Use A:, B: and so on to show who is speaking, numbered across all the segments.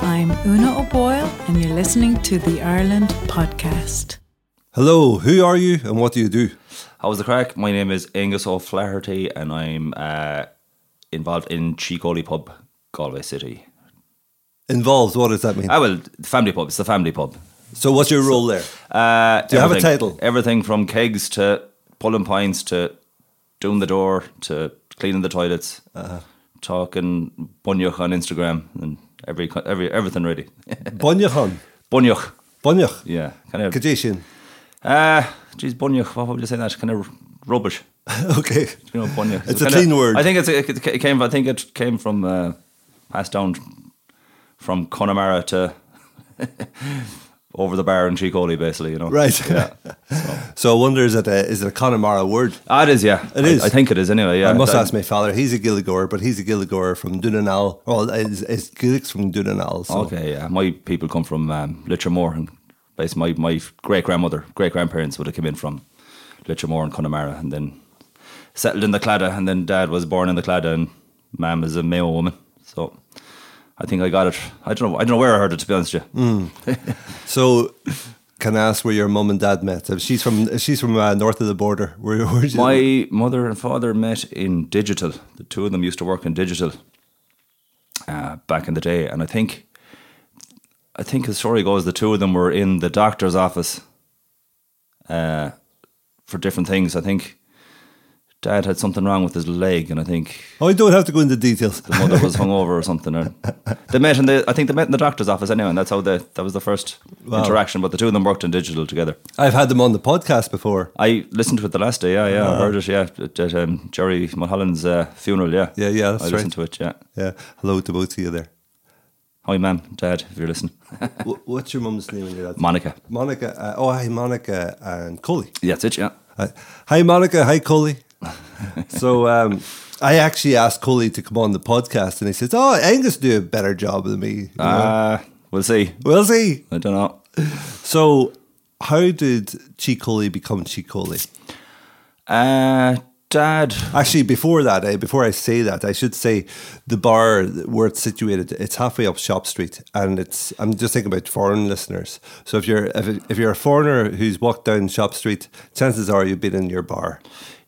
A: I'm Una O'Boyle, and you're listening to the Ireland Podcast.
B: Hello, who are you and what do you do?
C: How was the crack? My name is Angus O'Flaherty, and I'm uh, involved in Chicoli Pub, Galway City.
B: Involved, what does that mean?
C: Ah, well, family pub. It's the family pub.
B: So, what's your role there?
C: Uh,
B: Do you have a
C: everything-
B: title?
C: Everything from kegs to pulling pints to doing the door to cleaning the toilets,
B: Uh-huh.
C: talking bunyuk on Instagram and every every everything ready.
B: Bunyachan.
C: bunyuk,
B: Bunyach.
C: yeah, kind of.
B: Kajishin.
C: Ah, geez, bunyuk. What would you say that? Kind of rubbish.
B: Okay.
C: you know, bunya.
B: It's a clean word.
C: I think it's, it, it came. I think it came from uh, passed down from Connemara to over the bar in Chicoli, basically. You know,
B: Right.
C: Yeah,
B: So, I wonder is it a, is it a Connemara word?
C: ah, it is. Yeah,
B: It
C: I,
B: is.
C: I think it is. Anyway, yeah. Uh,
B: I must
C: That-
B: ask my father. He's a Gilligore, but he's a Gilligore from Dunanal. Well, it's, it's Gillick's from Dunanal. So.
C: Okay, yeah. My people come from um, Litchermore, and basically my my great grandmother, great grandparents would have come in from Litchermore and Connemara, and then settled in the Clada, and then Dad was born in the Clada, and Mam is a Mayo woman, so. I think I got it. I don't know. I don't know where I heard it. To be honest with you,
B: So, can I ask where your mum and dad met? Uh, She's from she's from uh, north of the border. Where, where did you-
C: My mother and father met in digital. The two of them used to work in digital uh, back in the day, and I think, I think the story goes the two of them were in the doctor's office uh, for different things. I think dad had something wrong with his leg, and I think
B: Oh, I don't have to go into details.
C: the mother was hungover or something. Or they met in the, I think they met in the doctor's office anyway, and that's how the that was the first interaction. But the two of them worked in digital together.
B: I've had them on the podcast before.
C: I listened to it the last day. Yeah,
B: Ah.
C: yeah, I heard it. Yeah, at, at um, Jerry Mulholland's uh, funeral. Yeah,
B: Yeah, yeah, that's
C: I
B: right.
C: listened to it. Yeah,
B: Yeah. Hello to both of you there.
C: hi, ma'am, dad, if you're listening,
B: Wh- What's your mum's name and your dad's name?
C: Monica.
B: Monica. Uh, oh, hi, Monica and Coley.
C: Yeah, that's it. Yeah,
B: Uh, hi, Monica. Hi, Coley. so um, I actually asked Coley to come on the podcast, and he says, "Oh, Angus do a better job than me." you know.
C: uh, we'll see.
B: we'll see.
C: I don't know.
B: So, how did Chicoli become Chicoli?
C: Uh, dad,
B: Actually, before that, eh, before I say that, I should say the bar where it's situated. It's halfway up Shop Street, and it's. I'm just thinking about foreign listeners. So if you're if, if you're a foreigner who's walked down Shop Street, chances are you've been in your bar.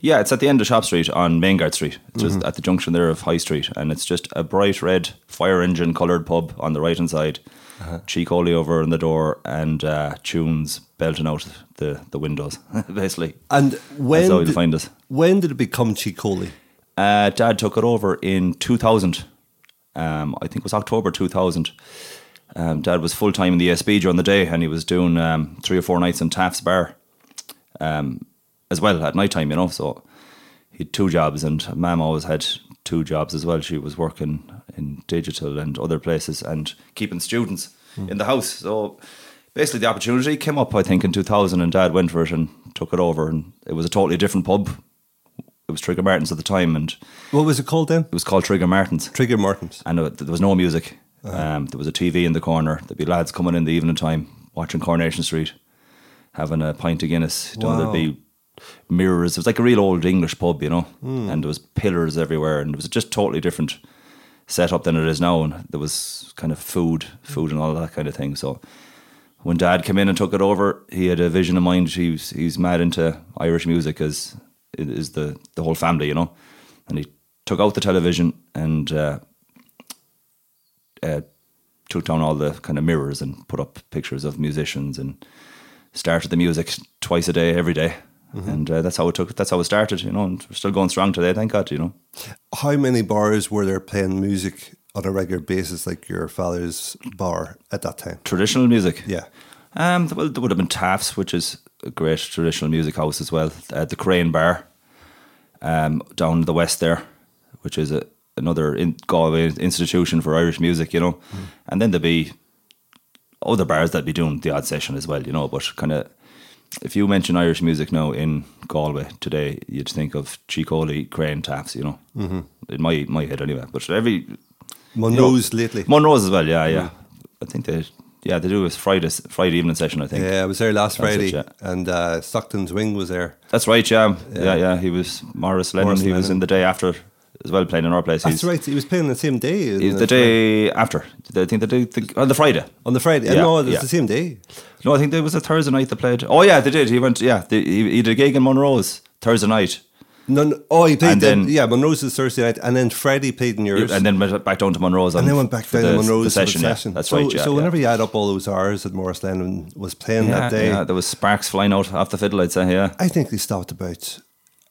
C: yeah, it's at the end of Shop Street on Maingard Street. It's
B: Mm-hmm.
C: just at the junction there of High Street, and it's just a bright red fire engine coloured pub on the right hand side.
B: Uh-huh.
C: Chicoli over in the door and uh, tunes belting out the, the windows, basically.
B: And when
C: how you'll
B: did-
C: find us.
B: When did it become Chicoli?
C: Uh, Dad took it over in 2000. Um, I think it was October 2000. Um, Dad was full time in the SB during the day, and he was doing um, three or four nights in Taft's Bar, um, as well at night time. You know, so he had two jobs, and Mam always had two jobs as well. She was working in digital and other places, and keeping students in the house. So basically, the opportunity came up, I think, in 2000, and Dad went for it and took it over, and it was a totally different pub. It was Trigger Martins at the time, and
B: What was it called then?
C: it was called Trigger Martins,
B: Trigger Martins.
C: and uh, there was no music. Um, there was a TV in the corner. There'd be lads coming in the evening time watching Coronation Street, having a pint of Guinness. You know,
B: Wow.
C: there'd be mirrors. It was like a real old English pub, you know, and there was pillars everywhere, and it was just totally different setup than it is now. And there was kind of food, food, and all that kind of thing. So when Dad came in and took it over, he had a vision in mind. He's he's mad into Irish music as is the the whole family, you know. And he took out the television and uh, uh, took down all the kind of mirrors and put up pictures of musicians and started the music twice a day, every day. And uh, that's how it took. That's how it started, you know. And we're still going strong today, thank God, you know.
B: How many bars were there playing music on a regular basis, like your father's bar at that time?
C: Traditional music,
B: Yeah.
C: Um, well, there would have been Taft's, which is a great traditional music house as well. Uh, the Crane Bar, um, down the west there, which is a, another in, Galway institution for Irish music, you know. And then there'd be other bars that'd be doing the odd session as well, you know. But kind of, if you mention Irish music now in Galway today, you'd think of Chicoli, Crane, Taft's, you know. Mm-hmm. In my my head anyway. But every
B: Monroe's lately.
C: Monroe's as well, yeah,
B: Mm.
C: yeah. I think they. Yeah, they do a Friday Friday evening session. I think.
B: Yeah, I was there last
C: That's
B: Friday,
C: it, yeah.
B: and uh, Stockton's Wing was there.
C: That's right, yeah. Yeah, yeah. He was Morris Lennon.
B: Morris
C: he was
B: Lennon.
C: in the day after as well playing in our place.
B: That's
C: He's-
B: right. He was playing the same day. isn't
C: he's the
B: it?
C: day after. I think the day the, on the Friday.
B: on the Friday.
C: Yeah,
B: no, it's
C: yeah.
B: the same day.
C: No, I think there was a Thursday night they played. Oh yeah, they did. He went. Yeah, they, he, he did a gig in Monroe's Thursday night,
B: No, no oh, he played
C: And
B: then,
C: then-
B: yeah Monroe's is Thursday night, and then Friday played in yours,
C: and then went back down to Monroe's.
B: And then went back
C: for
B: down to
C: the,
B: Monroe's
C: the
B: for the
C: session. yeah. That's
B: so,
C: right. Yeah,
B: so
C: yeah.
B: whenever you add up all those hours that Morris Lennon was playing
C: yeah,
B: that day,
C: yeah, there was sparks flying out off the fiddle. I'd say. Yeah,
B: I think they stopped about.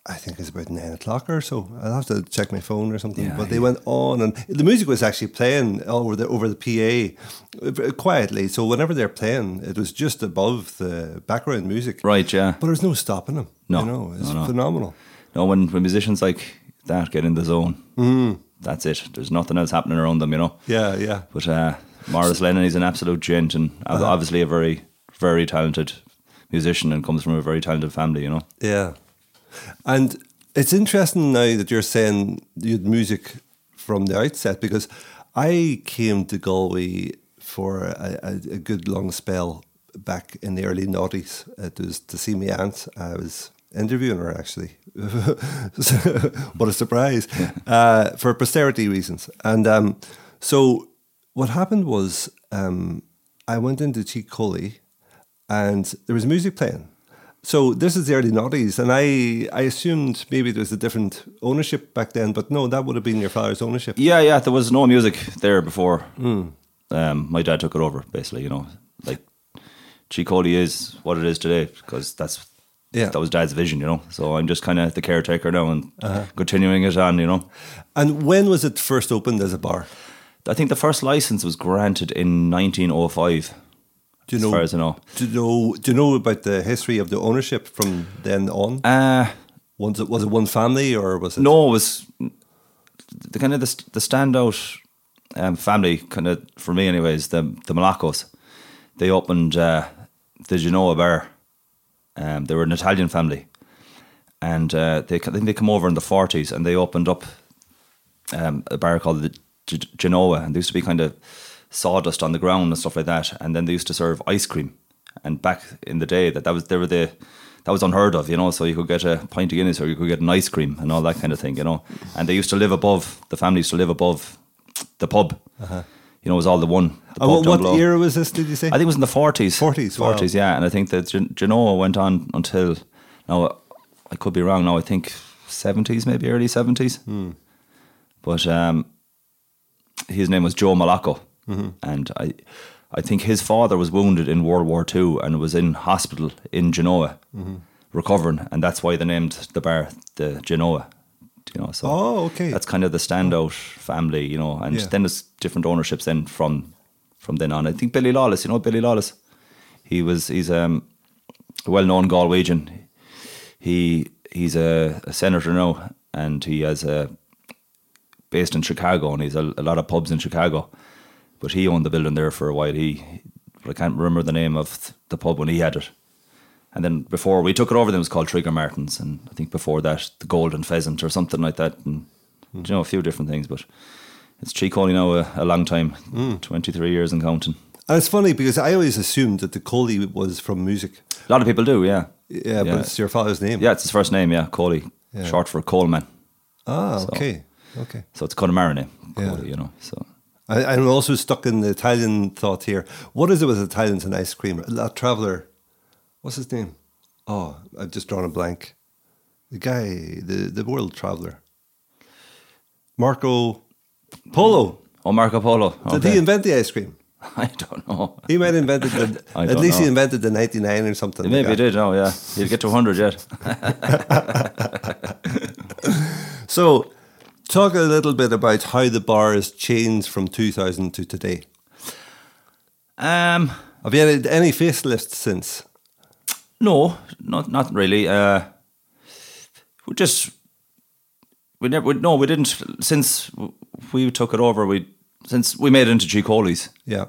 B: I think it's about nine o'clock or so. I'll have to check my phone or something.
C: Yeah,
B: but they
C: yeah.
B: went on, and the music was actually playing over the over the PA uh, v- quietly. So whenever they're playing, it was just above the background music.
C: right. Yeah.
B: But there's no stopping them.
C: No,
B: you know, it's
C: no, no.
B: phenomenal.
C: No, when when musicians like that get in the zone, Mm. that's it. There's nothing else happening around them. You know.
B: Yeah, yeah.
C: But uh, Morris Lennon is an absolute gent and ob- obviously a very, very talented musician and comes from a very talented family, you know.
B: Yeah. And it's interesting now that you're saying you had music from the outset because I came to Galway for a, a, a good long spell back in the early noughties. It was to see my aunt. I was interviewing her actually. So, what a surprise uh, for posterity reasons. And um, so what happened was um, I went into Cheek Coley and there was music playing. So this is the early noughties, and I I assumed maybe there was a different ownership back then, but no, that would have been your father's ownership.
C: Yeah, yeah, there was no music there before. Um, my dad took it over, basically, you know. Like, Chicoli is what it is today because that's.
B: Yeah.
C: That was dad's vision, you know. So I'm just kind of the caretaker now and continuing it on, you know.
B: And when was it first opened as a bar?
C: I think the first license was granted in 1905.
B: Do you
C: As
B: know?
C: far as I know.
B: Do you know? Do you know about the history of the ownership from then on?
C: Uh,
B: was it was it one family or was it
C: No, it was the kind of the, st- the standout um, family kind of for me, anyways. The the Malacos, they opened uh, the Genoa bar. Um, they were an Italian family, and uh, they I think they come over in the forties and they opened up um, a bar called the G- Genoa, and there used to be kind of sawdust on the ground and stuff like that. And then they used to serve ice cream. And back in the day, that that was they were the that was unheard of, you know. So you could get a pint of Guinness or you could get an ice cream and all that kind of thing, you know. And they used to live above the family used to live above the pub. You know, it was all the one. the
B: And
C: pub down
B: Uh, what,
C: below.
B: what year was this? Did you say?
C: I think it was in the forties.
B: 40s, wow.
C: forties, yeah. And I think that Gen- Genoa went on until now. I could be wrong. Now I think seventies, maybe early seventies.
B: Hmm.
C: But um, his name was Joe Malacco,
B: Mm-hmm.
C: and I, I think his father was wounded in World War Two and was in hospital in Genoa,
B: Mm-hmm.
C: recovering, and that's why they named the bar the Genoa. You know, so
B: Oh, okay.
C: That's kind of the standout family, you know, and
B: Yeah.
C: then there's different ownerships then from from then on. I think Billy Lawless, you know, Billy Lawless, he was he's um, a well-known Galwegian. He he's a, a senator now, and he has a based in Chicago, and he's a, a lot of pubs in Chicago. But he owned the building there for a while. He, but I can't remember the name of th- the pub when he had it. And then before we took it over, then it was called Trigger Martins, and I think before that, the Golden Pheasant or something like that, and you know a few different things. But it's Chicoli now a, a long time, twenty three years and counting.
B: and it's funny because I always assumed that the Coley was from music.
C: A lot of people do, yeah.
B: Yeah, but it's your father's name.
C: Yeah, it's his first name, yeah, Coley,
B: Yeah.
C: short for Coleman.
B: Ah,
C: So-
B: okay, okay.
C: So it's Connemara name,
B: Yeah.
C: Coley, you know. So
B: I, I'm also stuck in the Italian thought here. What is it with Italians and ice cream? That traveler, what's his name? Oh, I've just drawn a blank. The guy, the, the world traveler, Marco Polo.
C: oh, Marco Polo.
B: Did
C: okay.
B: he invent the ice cream?
C: I don't know.
B: He might have invented the,
C: I
B: at
C: don't
B: least he
C: know.
B: invented the 99 or something.
C: Maybe he
B: like that.
C: did. Oh, yeah. He'd get to hundred yet.
B: So, talk a little bit about how the bar has changed from 2000 to today.
C: Um,
B: Have you had any facelifts since?
C: no, not not really. Uh, we just we never. We, no, we didn't. Since w- we took it over, we since we made it into Chicoli's.
B: Yeah.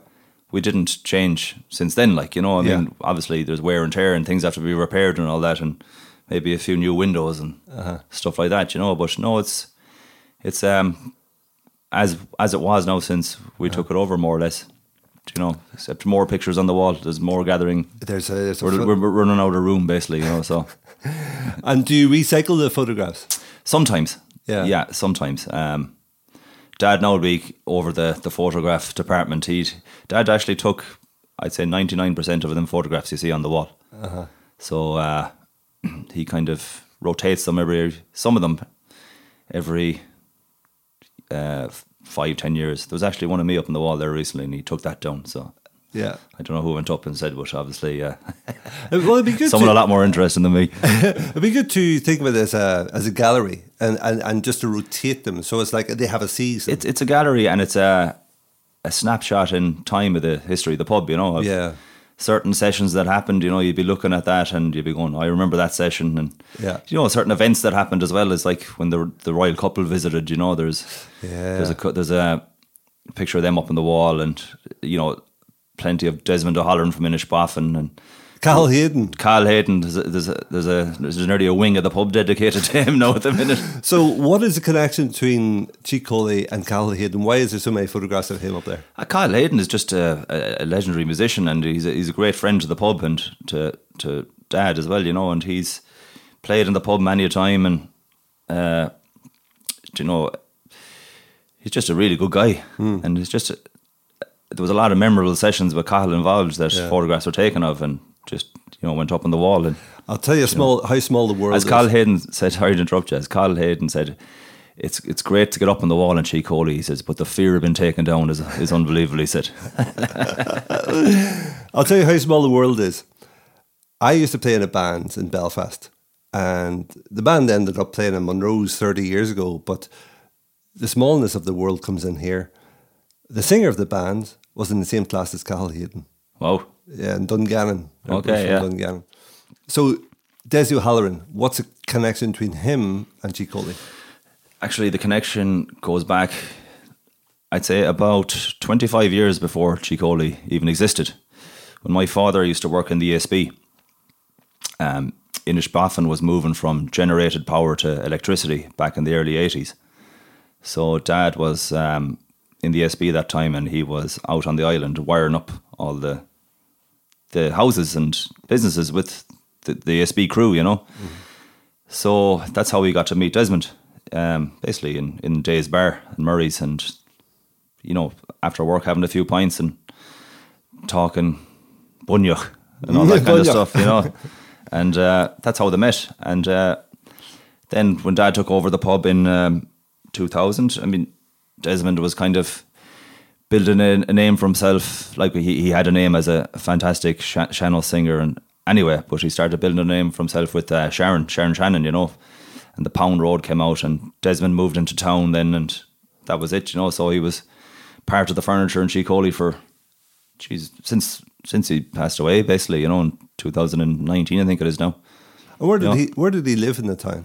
C: we didn't change since then. Like you know, I
B: Yeah.
C: mean, obviously there's wear and tear and things have to be repaired and all that, and maybe a few new windows and stuff like that. You know, but no, it's it's um as as it was now since we took it over more or less. You know, except more pictures on the wall. There's more gathering.
B: There's a, there's a
C: We're,
B: pho-
C: we're, we're running out of room basically. You know, so
B: and do you recycle the photographs?
C: sometimes
B: Yeah.
C: yeah, sometimes. Um, Dad Nowlbeak over the the photograph department. He Dad actually took, I'd say, ninety nine percent of them photographs you see on the wall.
B: Uh-huh.
C: So uh, he kind of rotates them every some of them every uh, f- five ten years. There was actually one of me up on the wall there recently, and he took that down. So
B: Yeah.
C: I don't know who went up and said, but obviously, uh,
B: Well, it'd be good.
C: someone
B: to,
C: a lot more interesting than me.
B: It'd be good to think of it as a as a gallery and, and, and just to rotate them. So it's like they have a season.
C: it's it's a gallery and it's a a snapshot in time of the history of the pub. You know, of
B: Yeah.
C: Certain sessions that happened, you know, you'd be looking at that and you'd be going, "I remember that session." And
B: Yeah.
C: you know, certain events that happened as well is like when the the royal couple visited. You know, there's
B: Yeah.
C: there's a cu- there's a picture of them up on the wall, and you know, plenty of Desmond O'Halloran from Inishbofin and
B: Cal Hayden.
C: Carl Hayden. There's a, there's a, there's a there's nearly a wing of the pub dedicated to him now at the minute.
B: So what is the connection between Chick Coley and Cal Hayden? Why is there so many photographs of him up there?
C: Uh, Kyle Hayden is just a, a, a legendary musician, and he's a, he's a great friend to the pub and to to Dad as well, you know. And he's played in the pub many a time, and uh, you know, he's just a really good guy. And it's just there was a lot of memorable sessions with Kyle involved that
B: Yeah.
C: photographs were taken of, and just you know went up on the wall. And
B: I'll tell you, small how small the world
C: as
B: is.
C: Kyle Hayden said, sorry to interrupt you. As Kyle Hayden said. It's it's great to get up on the wall and cheek holy, he says, but the fear of being taken down is is unbelievable, he said.
B: I'll tell you how small the world is. I used to play in a band in Belfast, and the band ended up playing in Monroe's 30 years ago. But the smallness of the world comes in here. The singer of the band was in the same class as Cal Hayden,
C: Wow.
B: yeah, in Dungannon. They're
C: Okay,
B: both from
C: yeah.
B: Dungannon. So, Desi O'Halloran, what's the connection between him and G. Coley?
C: Actually, the connection goes back, I'd say, about 25 years before Chicoli even existed. When my father used to work in the ESB, um, Inishbofin was moving from generated power to electricity back in the early 80s. So, dad was um, in the ESB that time and he was out on the island wiring up all the the houses and businesses with the, the ESB crew, you know. So that's how we got to meet Desmond, um, basically in, in Day's Bar and Murray's, and you know, after work having a few pints and talking bunyuk and all that kind of
B: Bunyuk.
C: stuff, you know. and uh, that's how they met. And uh, then when Dad took over the pub in um, 2000, I mean, Desmond was kind of building a, a name for himself. Like he, he had a name as a fantastic sh- channel singer, and anyway, but he started building a name for himself with uh, Sharon, Sharon Shannon, you know. And the Pound Road came out, and Desmond moved into town then, and that was it, you know. So he was part of the furniture in Chicoli for, geez, since since he passed away, basically, you know, in 2019, I think it is now.
B: And where did
C: Yeah.
B: he where did he live in the town?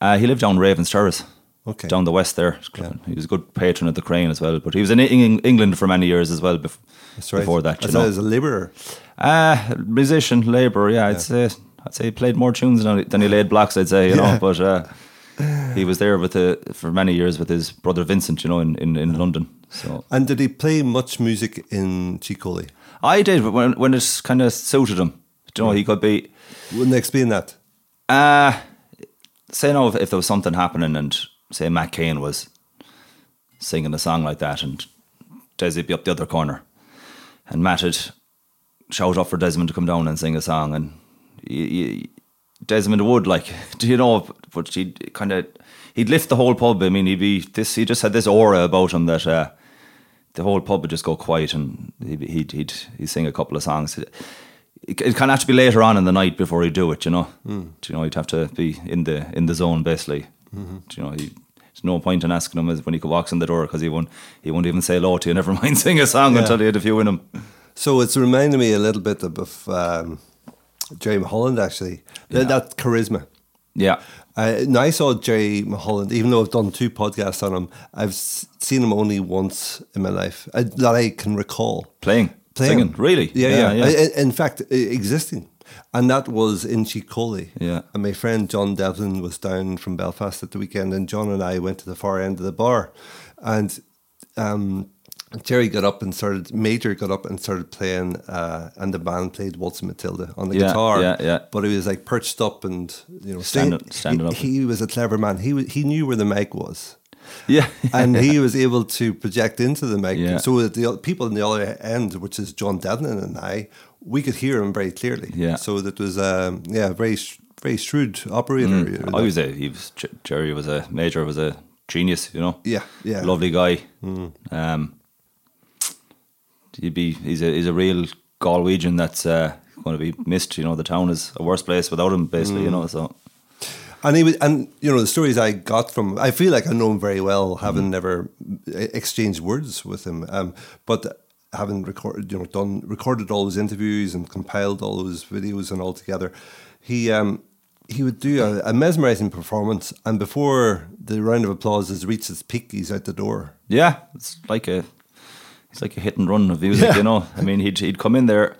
C: Uh, he lived down Raven's Terrace.
B: Okay.
C: Down the west there. He was a good patron of the crane as well. But he was in Eng- England for many years as well bef-
B: That's right.
C: before that. You
B: as,
C: know.
B: a, as a labourer.
C: Uh, musician, labourer, yeah, I'd say I'd say he played more tunes than he, than he laid blocks, I'd say, you know. But uh, he was there with the, for many years with his brother Vincent, you know, in, in, in London. So
B: And did he play much music in G. Coley?
C: I did but when when it kind of suited him. You know, he could be
B: Wouldn't explain that.
C: Uh say no if, if there was something happening and say Matt Cain was singing a song like that and Desi'd be up the other corner and Matt had shout up for Desmond to come down and sing a song and y y Desmond would like do you know but he'd kind of he'd lift the whole pub I mean he'd be this he just had this aura about him that uh the whole pub would just go quiet and he'd he'd he'd, he'd sing a couple of songs. It, it kind of have to be later on in the night before he'd do it, you know.
B: Hmm.
C: Do you know, he'd have to be in the in the zone basically.
B: Mm-hmm.
C: Do you know, he, there's no point in asking him as- when he walks in the door because he won't he won't even say hello to you. Never mind sing a song
B: Yeah.
C: until he had a few in him.
B: So it's reminding me a little bit of, of um, Jerry Holland actually. Th-
C: Yeah.
B: That charisma.
C: Yeah,
B: Uh, now I saw Jerry Mulholland, even though I've done two podcasts on him, I've s- seen him only once in my life uh, that I can recall.
C: playing,
B: Playing.
C: singing, really.
B: Yeah, yeah.
C: yeah.
B: I- I- in fact, i- existing. And that was in Chicoli.
C: Yeah.
B: And my friend John Devlin was down from Belfast at the weekend, and John and I went to the far end of the bar. And um, Jerry got up and started. Major got up and started playing, uh, and the band played Waltz and Matilda on the
C: Yeah,
B: guitar.
C: yeah, yeah.
B: But he was like perched up and you know
C: Standing-
B: sing-
C: standing up.
B: He, he was a clever man. He wa- he knew where the mic was,
C: Yeah.
B: and he was able to project into the mic.
C: Yeah.
B: So that the o- people in the other end, which is John Devlin and I, we could hear him very clearly.
C: Yeah.
B: So that was um, yeah very sh- very shrewd operator. you know.
C: I was a Mm. Oh, he was J- Jerry was a major was a genius, you know.
B: Yeah, yeah.
C: Lovely guy. Um, he'd be he's a he's a real Galwegian that's uh, going to be missed. You know, the town is a worse place without him, basically. You know, so
B: And he was, and you know, the stories I got from, I feel like I know him very well,
C: Mm-hmm.
B: having never eh, exchanged words with him, um, but having recorded, you know, done recorded all those interviews and compiled all those videos and all together, he um, he would do a, a mesmerizing performance, and before the round of applause has reached its peak, he's out the door.
C: yeah, it's like a it's like a hit and run of music.
B: Yeah.
C: You know, I mean, he'd he'd come in there,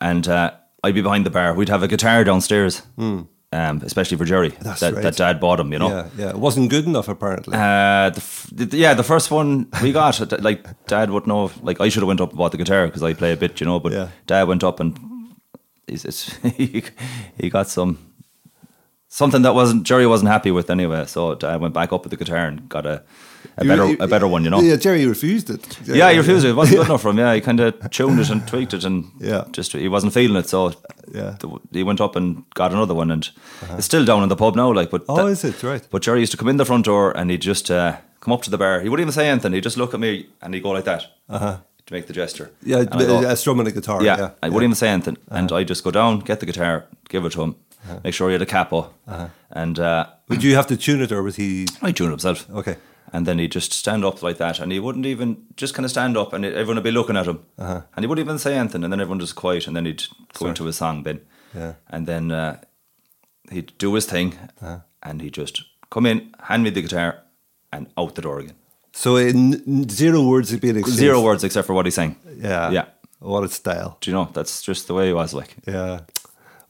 C: and uh, I'd be behind the bar. We'd have a guitar downstairs, um, especially for Jerry.
B: That's
C: that,
B: right.
C: that dad bought him. You know,
B: Yeah, yeah, it wasn't good enough apparently.
C: Uh, the f- the, yeah, the first one we got, d- like Dad would know. Like I should have went up and bought the guitar because I play a bit, you know. But
B: Yeah.
C: Dad went up and he's, it's, he he got some something that wasn't Jerry wasn't happy with anyway. So Dad went back up with the guitar and got a, a better a better one, you know.
B: Yeah, Jerry refused it.
C: Yeah, he refused it. It wasn't good enough for him. Yeah, he kind of tuned it and tweaked it, and
B: Yeah.
C: just he wasn't feeling it. So
B: Yeah.
C: th- he went up and got another one, and it's still down in the pub now. Like, but
B: Oh,
C: that-
B: is it? Right.
C: But Jerry used to come in the front door, and he'd just uh, come up to the bar. He wouldn't even say anything. He'd just look at me, and he'd go like that to make the gesture.
B: Uh-huh. Yeah,
C: And I'd go,
B: uh, strumming a guitar.
C: yeah,
B: Yeah, Uh-huh.
C: I wouldn't even say anything. And I just go down, get the guitar, give it to him, make sure he had a capo,
B: Uh-huh.
C: and uh,
B: Would you have to tune it, or was he
C: I tune himself.
B: okay?
C: And then he'd just stand up like that, and he wouldn't even just kind of stand up, and everyone would be looking at him, and he wouldn't even say anything, and then everyone just quiet, and then he'd go into his song then,
B: Yeah.
C: and then uh, he'd do his thing, and he'd just come in, hand me the guitar, and out the door again.
B: So in n- zero words had been exchanged.
C: Zero words except for what he sang.
B: Yeah.
C: yeah.
B: What a style.
C: Do you know that's just the way he was like?
B: Yeah.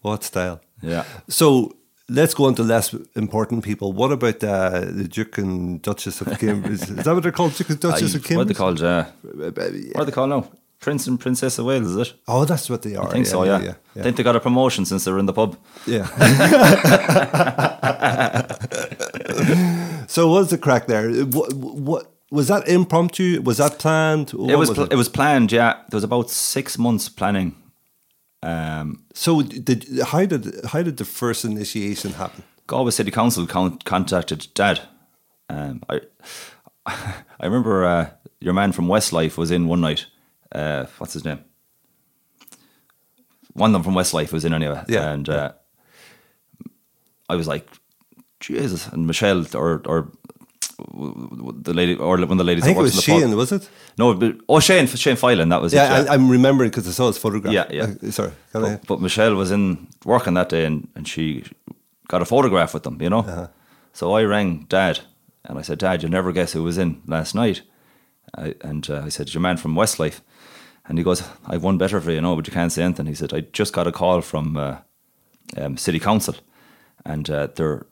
B: What style.
C: Yeah.
B: So let's go on to less important people. What about uh, the Duke and Duchess of Cambridge? Is that what they're called? Duke and Duchess of
C: I- what are they
B: Cambridge?
C: called? Uh, what are they called now? Prince and Princess of Wales, is it?
B: Oh, that's what they are.
C: I think so, yeah.
B: Yeah.
C: I
B: yeah,
C: think they got a promotion since they were in the pub.
B: Yeah. so what's the crack there? What, what was that impromptu? Was that planned? What
C: it was, pl- it? was planned. Yeah, there was about six months planning. Um,
B: So did, how did how did the first initiation happen?
C: Galway City Council con- contacted Dad. Um, I I remember uh, your man from Westlife was in one night. Uh, what's his name? One of them from Westlife was in anyway.
B: Yeah,
C: and Uh, I was like, Jesus, and Michelle or or w- w- the lady or one of the ladies.
B: I think it
C: that works
B: was
C: in the pub.
B: Shane, was it?
C: No, but, oh Shane, Shane Filan, that was
B: Yeah,
C: it.
B: I, I'm remembering because I saw his photograph.
C: Yeah, yeah.
B: Uh, sorry. Can I-
C: But, but Michelle was in working that day and, and she got a photograph with them, you know? So I rang dad and I said, Dad, you'll never guess who was in last night. I, and uh, I said, Your man from Westlife. And he goes, I've one better for you, you know, but you can't say anything. He said, I just got a call from uh, um, City Council and uh, they're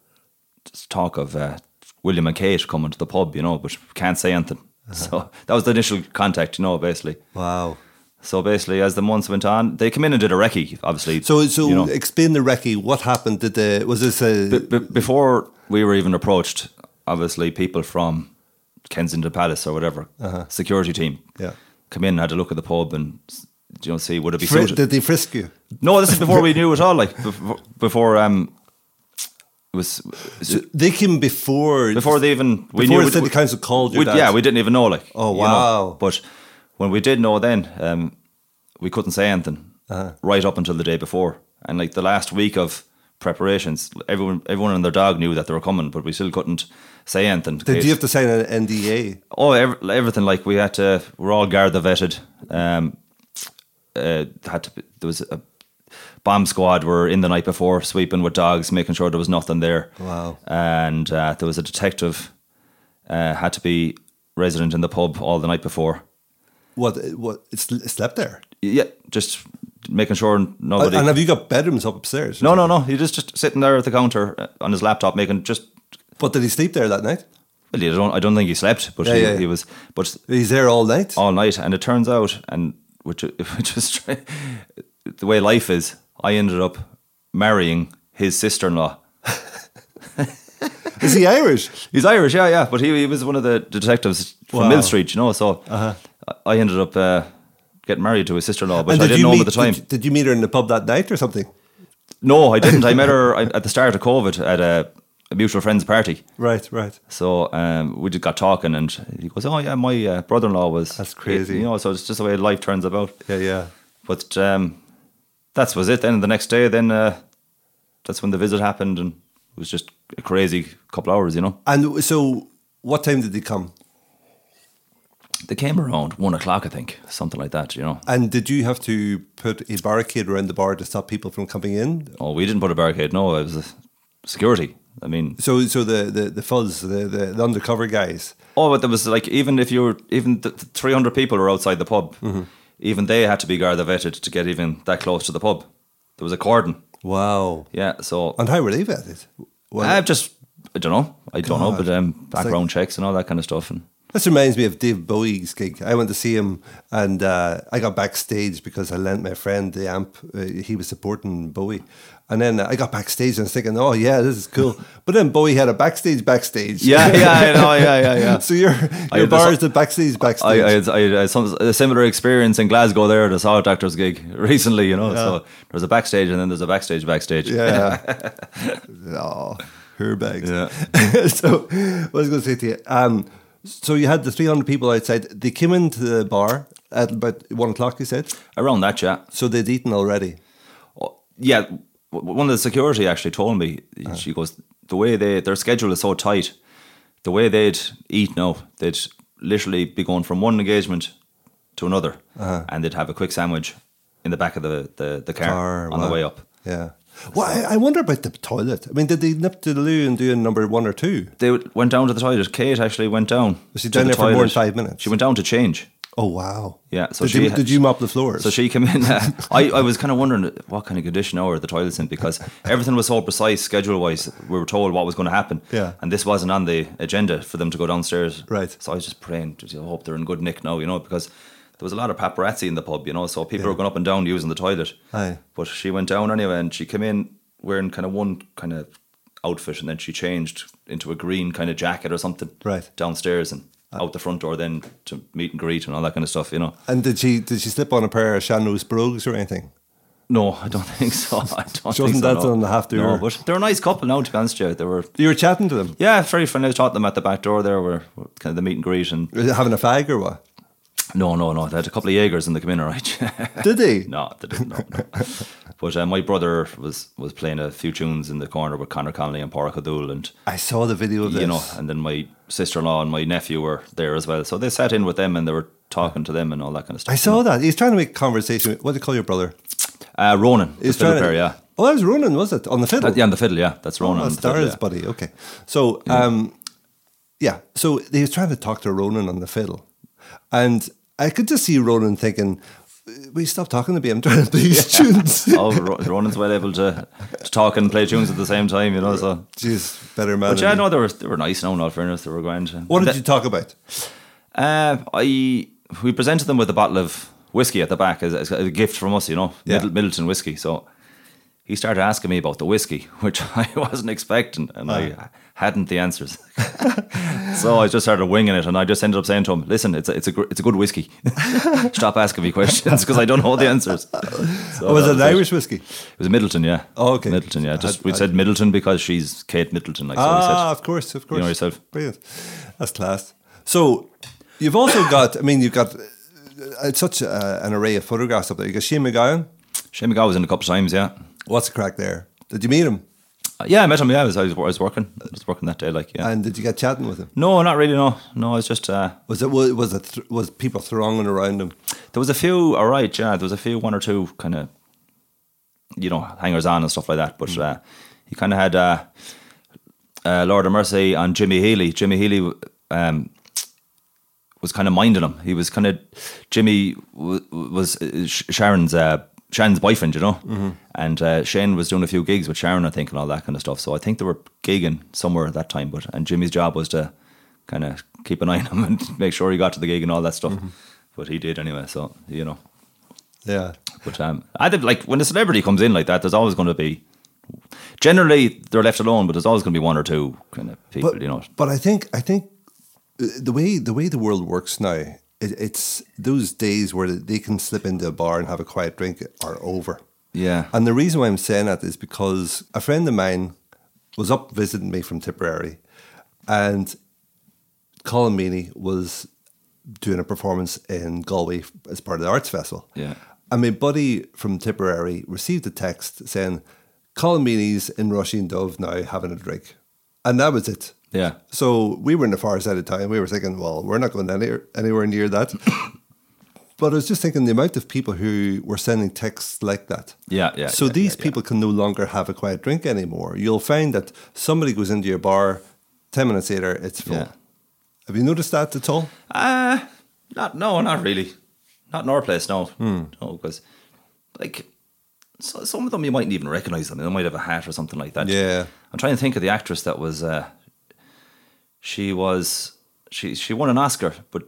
C: just talk of uh, William and Kate coming to the pub, you know, but can't say anything. So that was the initial contact, you know, basically.
B: Wow.
C: So basically, as the months went on, they came in and did a recce, obviously.
B: So, so
C: you know.
B: explain the recce. What happened? Did the was this a
C: B- b- before we were even approached, obviously, people from Kensington Palace or whatever, security team,
B: Uh-huh. Yeah.
C: come in and had a look at the pub and, you know, see would it be
B: fri-
C: suited.
B: did they frisk you?
C: no, this is before we knew at all, like, before, before um, it was.
B: They came before
C: before they even
B: Before
C: we knew
B: the city council called your
C: we-
B: dad.
C: Yeah, we didn't even know. Like,
B: Oh,
C: you
B: wow.
C: But when we did know, then um, we couldn't say anything
B: Uh-huh.
C: right up until the day before, and like the last week of preparations, everyone everyone and their dog knew that they were coming, but we still couldn't say anything.
B: Did you have to sign an NDA?
C: Oh, ev- everything like we had to. We're all Garda vetted. Um, uh, had to. There was a bomb squad were in the night before sweeping with dogs, making sure there was nothing there.
B: Wow.
C: And uh, there was a detective uh, had to be resident in the pub all the night before.
B: What? What? It sl- it slept there.
C: Yeah, just making sure
B: And
C: nobody.
B: and have you got bedrooms upstairs?
C: no, no, no. He just just sitting there at the counter uh, on his laptop, making just
B: But did he sleep there that night?
C: Well, I don't, I don't think he slept, but
B: Yeah,
C: he,
B: yeah, yeah.
C: he was, but
B: He's there all night.
C: all night. And it turns out, and which which was stra- the way life is. I ended up marrying his sister-in-law.
B: Is he Irish?
C: He's Irish, yeah, yeah, but he, he was one of the detectives from
B: Wow. Uh-huh.
C: Mill Street, you know. So I- I ended up uh, getting married to his sister-in-law, but
B: And
C: I didn't
B: you
C: know him
B: meet,
C: at the time.
B: Did, did you meet her in the pub that night or something?
C: No, I didn't. I met her I- at the start of COVID at a, a mutual friend's party.
B: Right, right.
C: So um, we just got talking, and he goes, "Oh yeah, my uh, brother-in-law was."
B: That's crazy.
C: you know. So it's just the way life turns about.
B: Yeah, yeah.
C: But um, that was it. Then the next day, then uh, that's when the visit happened, and it was just a crazy couple hours. You know,
B: And so, what time did he come?
C: they came around one o'clock, I think, something like that. You know.
B: And did you have to put a barricade around the bar to stop people from coming in?
C: Oh, we didn't put a barricade. No, it was uh, security. I mean,
B: So, so the the, the fuzz, the, the the undercover guys.
C: Oh, but there was like even if you were even th- three hundred people were outside the pub, even they had to be Garda vetted to get even that close to the pub. There was a cordon.
B: Wow.
C: Yeah, so
B: And how were they vetted? Well,
C: I've just I don't know. I don't know,
B: God.
C: but um,
B: like-
C: background checks and all that kind of stuff. And
B: This reminds me of Dave Bowie's gig. I went to see him, and uh, I got backstage because I lent my friend the amp. Uh, he was supporting Bowie, and then I got backstage and I was thinking, "Oh yeah, this is cool." but then Bowie had a backstage backstage.
C: yeah, yeah, I know, yeah, yeah, yeah.
B: so your
C: I
B: your
C: had this-
B: bar is the backstage backstage.
C: I, I, had, I had some, a similar experience in Glasgow there at a Sour Doctors gig recently, you know. So there's a backstage and then there's a backstage backstage.
B: yeah. oh, her bags.
C: Yeah.
B: so what I was going to say to you. Um, so you had the three hundred people outside. They came into the bar at about one o'clock. You said
C: Around that, yeah.
B: so they'd eaten already.
C: Oh, yeah, w- w- one of the security actually told me.
B: Uh-huh.
C: She goes, the way they their schedule is so tight. The way they'd eat now, they'd literally be going from one engagement to another,
B: Uh-huh.
C: and they'd have a quick sandwich in the back of the the, the car,
B: Car,
C: on
B: wow.
C: the way up.
B: Yeah. Well, I, I wonder about the toilet. I mean, did they nip to the loo and do a number one or two?
C: They w- went down to the toilet. Kate actually went down.
B: Was she
C: to
B: down
C: the
B: there for more than five minutes?
C: She went down to change.
B: Oh wow.
C: Yeah, so
B: did,
C: she
B: you,
C: had-
B: did you mop the floors?
C: So she came in. Uh, I, I was kind of wondering what kind of condition hour the toilets in because everything was so precise schedule wise. We were told what was going to happen.
B: Yeah.
C: And this wasn't on the agenda for them to go downstairs.
B: Right.
C: So I was just praying to I hope they're in good nick now, you know, because there was a lot of paparazzi in the pub, you know, so people were going up and down using the toilet.
B: Aye.
C: But she went down anyway and she came in wearing kind of one kind of outfit and then she changed into a green kind of jacket or something.
B: Right.
C: Downstairs and out the front door then to meet and greet and all that kind of stuff, you know.
B: and did she did she slip on a pair of Shannos brogues or anything?
C: No, I don't think so. I don't
B: She wasn't
C: think so.
B: that
C: no.
B: on the half
C: No,
B: hour.
C: but they're a nice couple now. To be honest, with you, they were.
B: You were chatting to them,
C: Yeah, very friendly. I taught them at the back door there, were were kind of the meet and greet, and
B: having a fag or what?
C: no, no, no. They had a couple of Jaegers in the come in, all right.
B: Did they?
C: no, they didn't. No, no. But uh, my brother was was playing a few tunes in the corner with Conor Connolly and Parak Adul, and
B: I saw the video of this.
C: you know, and then my sister in law and my nephew were there as well. So they sat in with them and they were talking to them and all that kind of stuff.
B: I saw that. He's trying to make conversation. With, what do you call your brother?
C: uh, Ronan.
B: He's
C: the
B: trying
C: fiddle player,
B: to.
C: yeah.
B: Oh, that was Ronan, was it? On the fiddle.
C: That- yeah, on the fiddle, yeah. That's Ronan.
B: Oh,
C: on
B: that's
C: the fiddle,
B: Dara's
C: yeah.
B: buddy. Okay. So, um, yeah. So he was trying to talk to Ronan on the fiddle. And I could just see Ronan thinking, we stop talking to me. I'm trying to play these tunes.
C: oh, Ro- Ronan's well able to, to talk and play tunes at the same time, you know. So,
B: Jeez, better man.
C: but
B: than
C: yeah,
B: me.
C: no, they were they were nice. No, in all fairness, they were grand.
B: What did
C: Th-
B: you talk about?
C: Uh, I we presented them with a bottle of whiskey at the back as, as a gift from us, you know,
B: Yeah.
C: Middle, Middleton whiskey. So he started asking me about the whiskey, which I wasn't expecting, and
B: Ah.
C: I hadn't the answers. so I just started winging it, and I just ended up saying to him, "Listen, it's a, it's a gr- it's a good whiskey. Stop asking me questions because I don't know the answers." So
B: Oh, was
C: that
B: it an Irish whiskey?
C: It was Middleton, yeah.
B: Oh, okay.
C: Middleton, yeah.
B: I
C: Just
B: had-
C: we
B: I-
C: said Middleton because she's Kate Middleton, like so we said.
B: Ah, of course, of course.
C: know yourself.
B: Brilliant. That's class. So you've also got, I mean, you've got uh, uh, such uh, an array of photographs up there. You've got Shane McGowan.
C: Shane McGow was in a couple of times, yeah.
B: What's the crack there? Did you meet him?
C: Uh, yeah, I met him. Yeah, I was, I was, I was working. I was working that day, like yeah.
B: And did you get chatting with him?
C: no, not really. No, no. I was just uh,
B: Was it was was it th- was people thronging around him?
C: there was a few. All right, yeah. There was a few, one or two kind of, you know, hangers on and stuff like that.
B: Hmm.
C: But uh, he kind of had uh, uh, Lord of Mercy on Jimmy Healy. Jimmy Healy um, was kind of minding him. He was kind of Jimmy w- w- was uh, Sh- Sharon's uh, Sharon's boyfriend, you know. And uh, Shane was doing a few gigs with Sharon, I think, and all that kind of stuff. So I think they were gigging somewhere at that time. But and Jimmy's job was to kind of keep an eye on him and make sure he got to the gig and all that stuff. But he did anyway, so you know.
B: Yeah.
C: But um, I think like when a celebrity comes in like that, there's always going to be. Generally, they're left alone, but there's always going to be one or two kind of people,
B: But
C: you know.
B: but I think I think uh, the way the way the world works now, it, it's those days where they can slip into a bar and have a quiet drink are over.
C: Yeah.
B: And the reason why I'm saying that is because a friend of mine was up visiting me from Tipperary and Colin Meaney was doing a performance in Galway as part of the Arts Festival.
C: Yeah.
B: And my buddy from Tipperary received a text saying, Colin Meaney's in Rushing Dove now having a drink. And that was it.
C: Yeah.
B: So we were in the far side of town. We were thinking, well, we're not going any, anywhere near that. but I was just thinking the amount of people who were sending texts like that.
C: Yeah, yeah,
B: So
C: yeah,
B: these
C: yeah, yeah.
B: people can no longer have a quiet drink anymore. You'll find that somebody goes into your bar, 10 minutes later, it's full.
C: Yeah.
B: Have you noticed that at all?
C: Uh not no, not really. Not in our place, no. No, because like so, some of them you mightn't even recognise them. They might have a hat or something like that.
B: Yeah.
C: I'm trying to think of the actress that was uh she was she she won an Oscar, but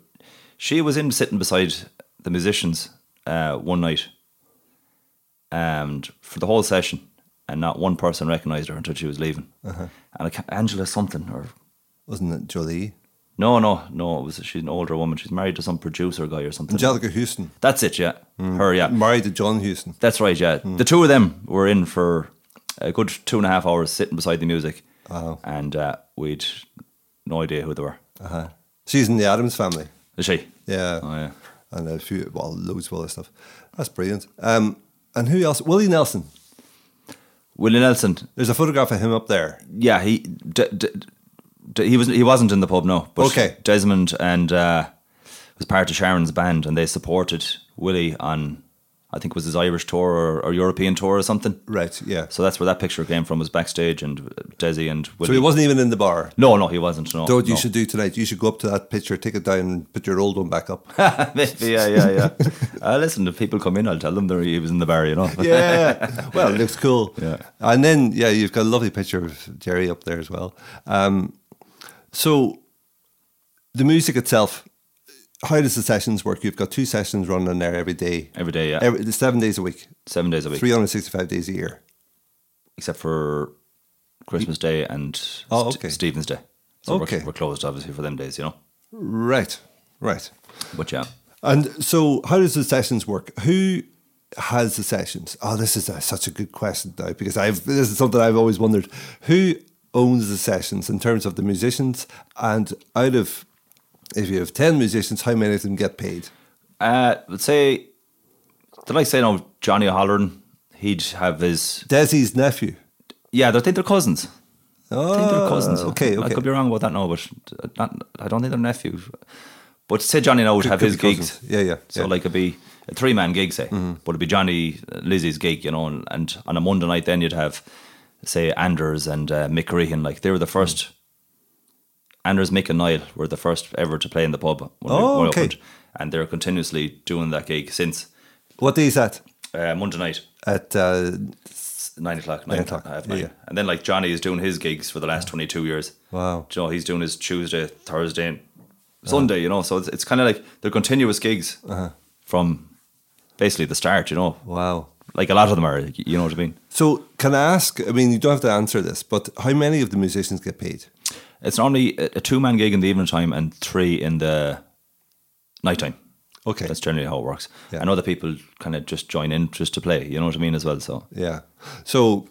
C: she was in sitting beside the musicians uh one night and for the whole session and not one person recognized her until she was leaving. And I can't, Angela something or
B: Wasn't it Jolie?
C: no, no, no. It was she's an older woman. She's married to some producer guy or something.
B: Angelica Houston,
C: That's it. Yeah, her. Yeah,
B: married to John Houston.
C: that's right. Yeah, the two of them were in for a good two and a half hours sitting beside the music, and uh, we'd no idea who they were.
B: Uh-huh. She's in the Adams family.
C: Is she?
B: Yeah.
C: Oh yeah.
B: And a few, well, loads of other stuff. That's brilliant. Um, and who else? Willie Nelson.
C: Willie Nelson.
B: There's a photograph of him up there.
C: Yeah, he d- d- d- he was he wasn't in the pub. No. But
B: Okay.
C: Desmond and uh, was part of Sharon's band, and they supported Willie on. I think it was his Irish tour or, or European tour or something.
B: Right, yeah. So,
C: So that's where that picture came from was backstage and Desi and Willie.
B: he wasn't even in the bar.
C: No, no, he wasn't. No,
B: So what you
C: no.
B: should do tonight, you should go up to that picture, take it down, and put your old one back up.
C: Maybe, yeah, yeah, yeah. uh, listen, if people come in, I'll tell them that he was in the bar. You know.
B: yeah. Well, it looks cool.
C: Yeah.
B: And then, yeah, you've got a lovely picture of Jerry up there as well. Um, so the music itself, how does the sessions work? You've got two sessions running on there every day.
C: Every day, yeah,
B: Every, seven days a week,
C: seven days a week,
B: 365 days a year.
C: except for Christmas Day and
B: Oh,
C: St-
B: okay.
C: Stephen's Day. So we're-
B: Okay.
C: we're, closed obviously for them days, you know.
B: Right, right.
C: But yeah,
B: And so, how does the sessions work? Who has the sessions? Oh, this is a, such a good question now because I've this is something I've always wondered. Who owns the sessions in terms of the musicians? And out of if you have ten musicians, how many of them get paid?
C: uh, let's say, did I say no? oh, Johnny O'Halloran, he'd have his.
B: Desi's nephew.
C: Yeah, I think they're cousins. I think they're cousins.
B: Ah, Okay,
C: I
B: okay.
C: could be wrong about that now, but uh, not, I don't think they're nephews. But say Johnny now would have
B: could
C: his
B: be
C: gigs.
B: cousins. Yeah, yeah,
C: So
B: yeah. Mm-hmm.
C: like it'd be a three man gig, say, but it'd be Johnny, uh, Lizzie's gig, you know, and, and on a Monday night then you'd have, say, Anders and uh, Mick Rehan. Like they were the first.
B: Mm.
C: Anders, Mick, and Niall were the first ever to play in the pub when we-
B: Oh,
C: when we
B: okay.
C: opened, and they're continuously doing that gig since
B: what day is that?
C: uh, Monday night
B: At uh,
C: nine o'clock, nine,
B: o'clock,
C: o'clock, half nine.
B: yeah. Mm.
C: And then like Johnny is doing his gigs for the last twenty two years.
B: Wow. Uh-huh.
C: Do you know he's doing his Tuesday, Thursday, and Sunday. You know, so it's, it's kind of like they're continuous gigs from basically the start. You know,
B: wow.
C: like a lot of them are. You know what I mean?
B: So can I ask? I mean, you don't have to answer this, but how many of the musicians get paid?
C: It's normally a, a two man gig in the evening time and three in the nighttime.
B: Okay.
C: That's generally how it works.
B: Yeah.
C: And other people kind of just join in just to play. You know what I mean as well. So
B: Yeah. So,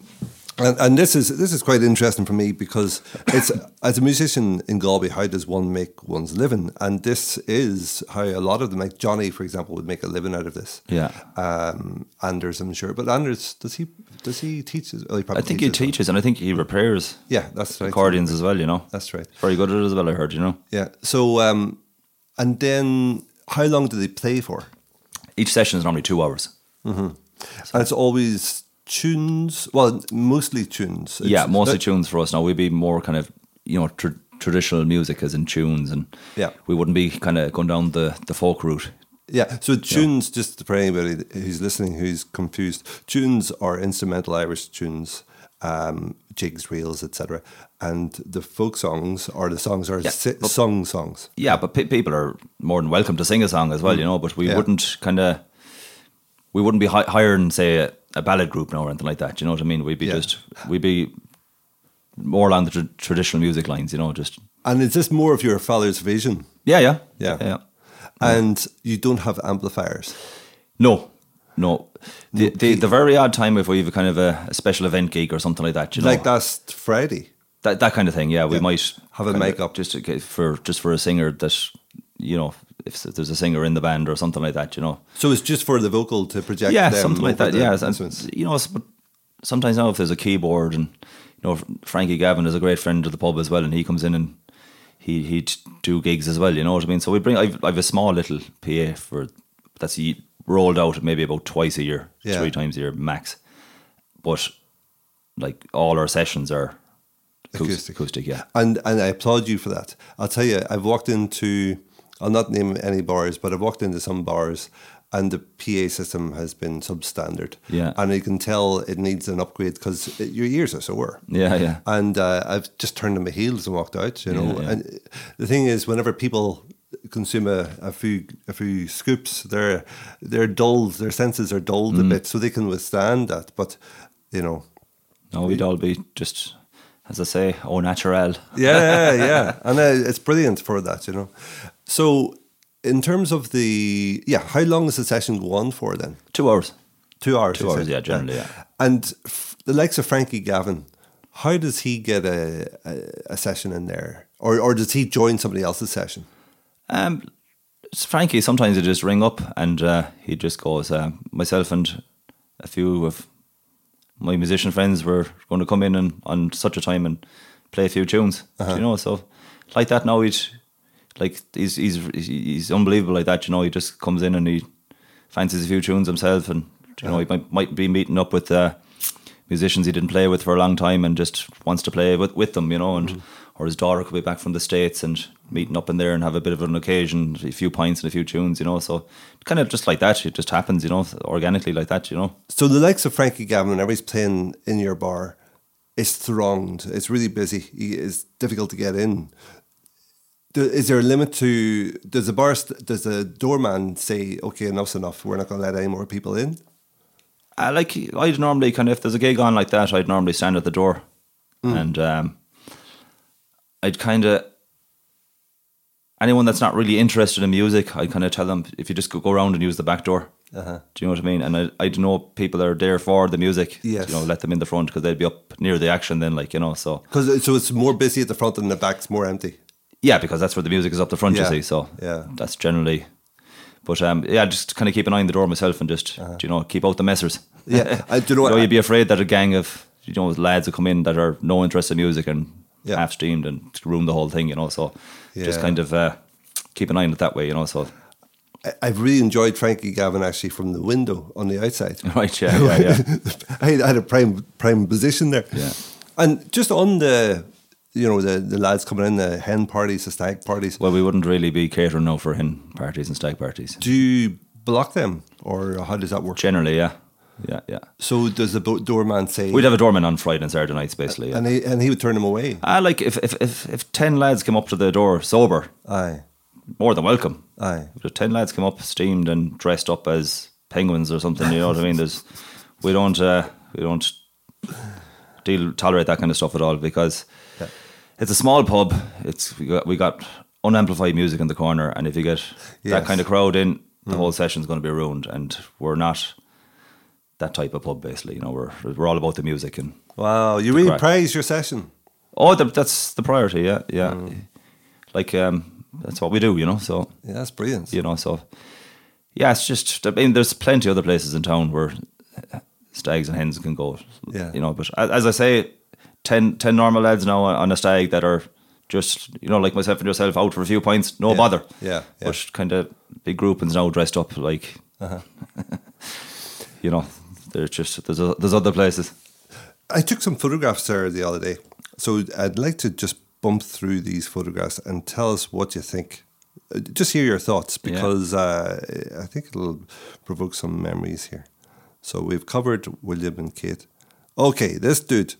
B: and, and this is this is quite interesting for me because it's as a musician in Galway, how does one make one's living? And this is how a lot of them, like Johnny, for example, would make a living out of this.
C: yeah.
B: Um, Anders, I'm sure, but Anders does he does he teach? as- Oh, he
C: I
B: probably
C: think he
B: teaches.
C: teaches, and I think he repairs
B: Yeah, that's right.
C: accordions as well. You know,
B: That's right.
C: very good at it as well. I heard. You know,
B: Yeah. So, um, and then how long do they play for?
C: each session is normally two hours.
B: And it's always tunes. Well, mostly tunes. It's-
C: yeah, mostly
B: that-
C: tunes for us now. We'd be more kind of you know tr traditional music as in tunes, and
B: Yeah.
C: we wouldn't be kind of going down the the folk route.
B: Yeah, so tunes, just for anybody who's listening who's confused, tunes are instrumental Irish tunes um, jigs, reels, etc. And the folk songs or the songs are
C: Yeah,
B: si-
C: but-
B: sung songs.
C: yeah, but pe- people are more than welcome to sing a song as well, you know. But we
B: Yeah.
C: wouldn't kind of, we wouldn't be hi- hiring, say, a, a ballad group now or anything like that. You know what I mean? We'd be
B: Yeah.
C: just, we'd be more along the tra- traditional music lines, you know. Just
B: And is this more of your father's vision?
C: yeah, yeah,
B: Yeah.
C: yeah.
B: And you don't have amplifiers.
C: No, no. The, the the very odd time if we have a kind of a, a special event gig or something like that, you know,
B: Like last Friday.
C: that that kind of thing. Yeah, we
B: Yeah.
C: might
B: Have a
C: kinda
B: make-up.
C: just to get- for just for a singer that you know if there's a singer in the band or something like that, you know.
B: So it's just for the vocal to project.
C: yeah,
B: them
C: something like
B: over
C: that.
B: the
C: Yeah,
B: instruments.
C: and, you know, s- but sometimes now if there's a keyboard and you know Frankie Gavin is a great friend of the pub as well, and he comes in and he he'd do gigs as well. You know what I mean? So we bring I've I've a small little PA for that's ye- rolled out maybe about twice a year,
B: Yeah.
C: three times a year max. But like all our sessions are
B: Acoustic.
C: acoustic, acoustic yeah.
B: and and I applaud you for that. I'll tell you, I've walked into, I'll not name any bars, but I've walked into some bars, and the PA system has been substandard.
C: Yeah.
B: and you can tell it needs an upgrade because your ears are sore.
C: Yeah, yeah.
B: And uh, I've just turned on my heels and walked out. You know,
C: Yeah, yeah.
B: and the thing is, whenever people consume a, a few a few scoops, they're they're dulled. Their senses are dulled
C: Mm.
B: a bit, so they can withstand that. But you know,
C: No, we'd all be just as I say, au naturel.
B: yeah, yeah, yeah. and uh, it's brilliant for that, you know. So, in terms of the yeah, how long does the session go on for then?
C: Two hours.
B: Two hours.
C: Two
B: you
C: hours,
B: said.
C: yeah, generally, yeah.
B: And f- the likes of Frankie Gavin, how does he get a a, a session in there, or or does he join somebody else's session?
C: Um, s- Frankie, sometimes he just ring up and uh, he just goes. Uh, myself and a few of my musician friends were going to come in and on such a time and play a few tunes. do You know, so like that. Now he's like he's he's he's unbelievable like that. You know, he just comes in and he fancies a few tunes himself, and you know he might might be meeting up with. Uh, musicians he didn't play with for a long time and just wants to play with, with them, you know, and or his daughter could be back from the States and meeting up in there and have a bit of an occasion, a few pints and a few tunes, you know. So kind of just like that, it just happens, you know, organically like that, you know.
B: So the likes of Frankie Gavin, whenever he's playing in your bar, it's thronged. It's really busy. He- It's difficult to get in. Do- Is there a limit to? Does the bar? st- Does the doorman say, "Okay, enough's enough. We're not going to let any more people in"?
C: I like I'd normally kind of if there's a gig on like that, I'd normally stand at the door,
B: Mm.
C: and um, I'd kind of anyone that's not really interested in music, I kind of tell them if you just go, go around and use the back door.
B: Uh-huh.
C: Do you know what I mean? And I I know people are there for the music.
B: Yes.
C: you know, let them in the front because they'd be up near the action then, like you know. So
B: Because so it's more busy at the front than the back's more empty.
C: yeah, because that's where the music is up the front.
B: Yeah.
C: You see, so
B: Yeah.
C: that's generally. But um, yeah, just kind of keep an eye on the door myself and just do you know keep out the messers.
B: Uh-huh. Yeah, I- do you know what-
C: you'd be afraid that a gang of you know lads will come in that are no interest in music and
B: Yeah.
C: half steamed and ruin the whole thing. You know, so just
B: Yeah.
C: kind of uh, keep an eye on it that way. You know, so
B: I- I've really enjoyed Frankie Gavin actually from the window on the outside.
C: right, yeah, yeah, yeah.
B: I had- I had a prime prime position there.
C: Yeah.
B: And just on the, you know, the, the lads coming in, the hen parties, the stag parties.
C: well, we wouldn't really be catering now for hen parties and stag parties.
B: Do you block them, or how does that work?
C: Generally, yeah, yeah, yeah.
B: So does the bo- doorman say?
C: We'd have a doorman on Friday and Saturday nights, basically. Yeah.
B: and he and he would turn them away.
C: I Ah, like if, if if if ten lads came up to the door sober,
B: Aye,
C: more than welcome.
B: aye.
C: If the ten lads come up steamed and dressed up as penguins or something, you know what I mean? There's we don't uh, we don't deal tolerate that kind of stuff at all because
B: Yeah.
C: it's a small pub. It's we got we got unamplified music in the corner, and if you get
B: Yes. Mm.
C: that kind of crowd in, the whole session's going to be ruined. And we're not that type of pub, basically. You know, we're we're all about the music and
B: Wow, you really
C: crack.
B: praise your session.
C: oh, th- that's the priority. Yeah, yeah.
B: Mm.
C: Like um, that's what we do, you know. So
B: Yeah, that's brilliant.
C: you know so yeah it's just i mean there's plenty of other places in town where stags and hens can go
B: Yeah.
C: you know but a- as i say 10, 10 normal lads now on a stag that are just you know like myself and yourself out for a few pints no
B: Yeah.
C: bother
B: Yeah, yeah. Uh-huh.
C: but kind of big groupings now dressed up like you know there's just there's, o- there's other places
B: I took some photographs there the other day, so I'd like to just bump through these photographs and tell us what you think. Uh, Just hear your thoughts
C: Yeah.
B: because uh, I think it'll provoke some memories here. So we've covered William and Kate. Okay, this dude,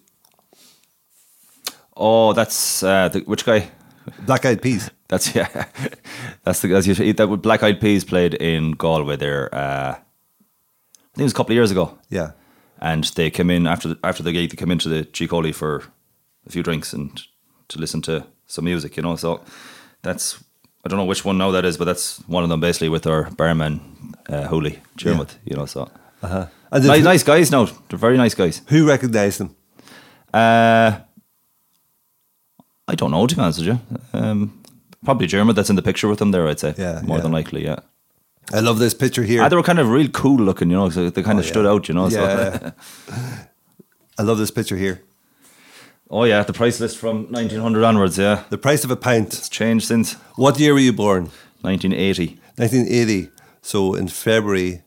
C: Oh, that's uh, the, which guy?
B: Black Eyed Peas.
C: That's yeah. That's the that's usually that Black Eyed Peas played in Galway there. Uh, I think it was a couple of years ago,
B: Yeah.
C: and they came in after the, after the gig. They came into the Chicoli for a few drinks and to listen to some music, you know. So that's I don't know which one now that is, but that's one of them basically with our barman uh, Hooley cheering
B: Yeah. Uh,
C: with, you know. So
B: And
C: nice,
B: then
C: nice guys. No, they're very nice guys.
B: who recognised them?
C: Uh, I don't know, to be honest with you. Um, probably German that's in the picture with them there, I'd say.
B: Yeah,
C: More
B: yeah.
C: than likely, yeah.
B: I love this picture here.
C: Ah, they were kind of real cool looking, you know, so they kind of stood out, you know. So.
B: Oh, Yeah. I love this picture here.
C: oh, yeah, the price list from 1900 onwards, yeah.
B: The price of a pint.
C: It's changed since
B: What year were you born?
C: 1980.
B: 1980. So in February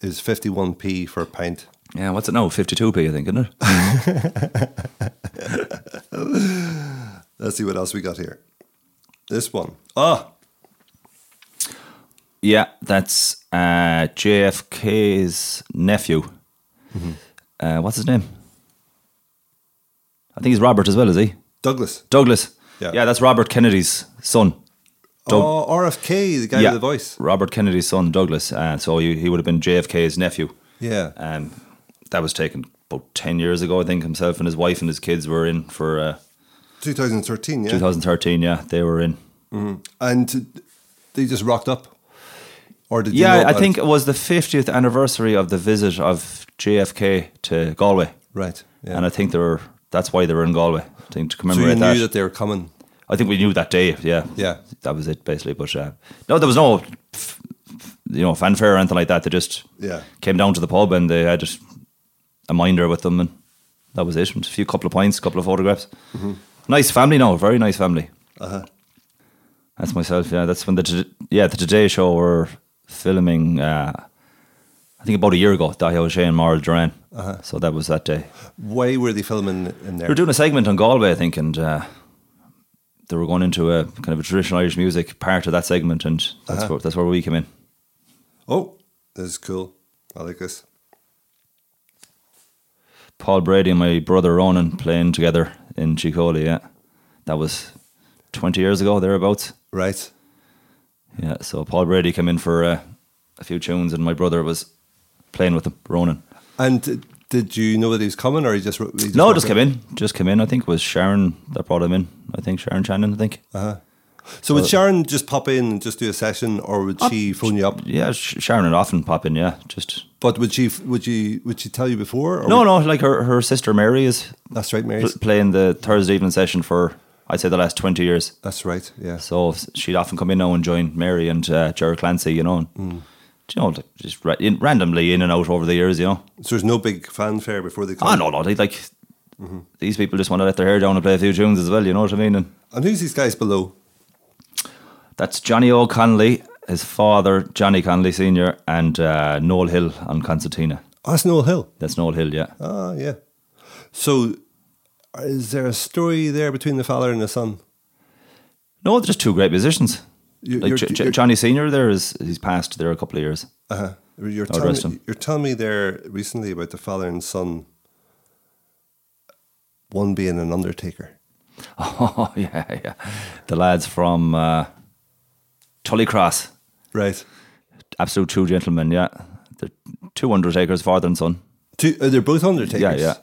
B: is 51p for a pint.
C: Yeah, what's it now? 52p, I think, isn't it?
B: Let's see what else we got here. This one. Ah,
C: yeah, that's uh, JFK's nephew.
B: Mm-hmm.
C: Uh, what's his name? I think he's Robert as well, is he?
B: Douglas.
C: Douglas.
B: Yeah.
C: yeah that's Robert Kennedy's son. Doug-
B: oh, RFK, the guy with the voice.
C: Robert Kennedy's son, Douglas. Uh, so he, he would have been JFK's nephew.
B: Yeah.
C: Um, that was taken about 10 years ago, I think. Himself and his wife and his kids were in for uh,
B: 2013, yeah.
C: 2013. Yeah, they were in.
B: And they just rocked up. Or did you know
C: Yeah, I
B: about
C: think
B: it?
C: it was the 50th anniversary of the visit of JFK to Galway.
B: Right. Yeah.
C: And I think they were, that's why they were in Galway. I think to
B: so you
C: commemorate
B: knew
C: that.
B: that. they were coming.
C: I think we knew that day. Yeah,
B: Yeah.
C: that was it basically. But uh, no, there was no, f- f- you know, fanfare or anything like that. They just
B: Yeah.
C: came down to the pub and they had a minder with them, and that was it. And a few couple of pints, couple of photographs. Nice family, no, very nice family.
B: Mm-hmm. Uh-huh.
C: That's myself. Yeah, that's when the Tod- yeah the Today Show were filming. Uh, I think about a year ago, Dahi O'Shea and Marl Duran.
B: Uh-huh.
C: So that was that day.
B: Why were they filming in there?
C: We were doing a segment on Galway, I think, and uh, they were going into a kind of a traditional Irish music part of that segment, and that's, where, that's where we came in.
B: oh, this is cool. I like this.
C: Paul Brady and my brother Ronan playing together in Chicoli, yeah. That was 20 years ago, thereabouts.
B: Right.
C: Yeah, so Paul Brady came in for uh, a few tunes, and my brother was playing with him, Ronan.
B: And d- did you know that he was coming, or he just, he just
C: No,
B: rocked
C: just
B: up?
C: came in. Just came in. I think it was Sharon that brought him in. I think Sharon Shannon, I think.
B: So
C: Uh,
B: would Sharon just pop in and just do a session, or would she phone you up?
C: Yeah, Sh- Sharon would often pop in, yeah. Just
B: But would she would you would she tell you before? Or
C: No,
B: would-
C: no, like her, her sister Mary is
B: that's right, Mary.
C: pl- playing the Thursday evening session for I'd say the last twenty years.
B: That's right. Yeah.
C: So she'd often come in now and join Mary and uh, Jerry Clancy, you know, and,
B: Mm.
C: you know, like, just ra- in, randomly in and out over the years, you know.
B: So there's no big fanfare before they come.
C: Oh no, no, they like
B: Mm-hmm.
C: these people just want to let their hair down and play a few tunes as well, you know what I mean? And
B: And who's these guys below?
C: that's Johnny O'Connolly, his father Johnny Connolly Senior, and uh, Noel Hill on concertina.
B: Oh, it's Noel Hill.
C: That's Noel Hill, yeah.
B: Ah, yeah. So is there a story there between the father and the son?
C: No, they're just two great musicians.
B: You-
C: like
B: you're-
C: J- J-
B: you're-
C: Johnny Senior, there is he's passed there a couple of years.
B: Uh-huh. You're,
C: God rest
B: telling, me-
C: him.
B: you're telling me there recently about the father and son, one being an undertaker.
C: Oh yeah, yeah. The lads from uh, Tully Cross,
B: Right.
C: absolute true gentlemen. Yeah, the two undertakers, father and son.
B: Two, uh, they're both undertakers.
C: Yeah, yeah.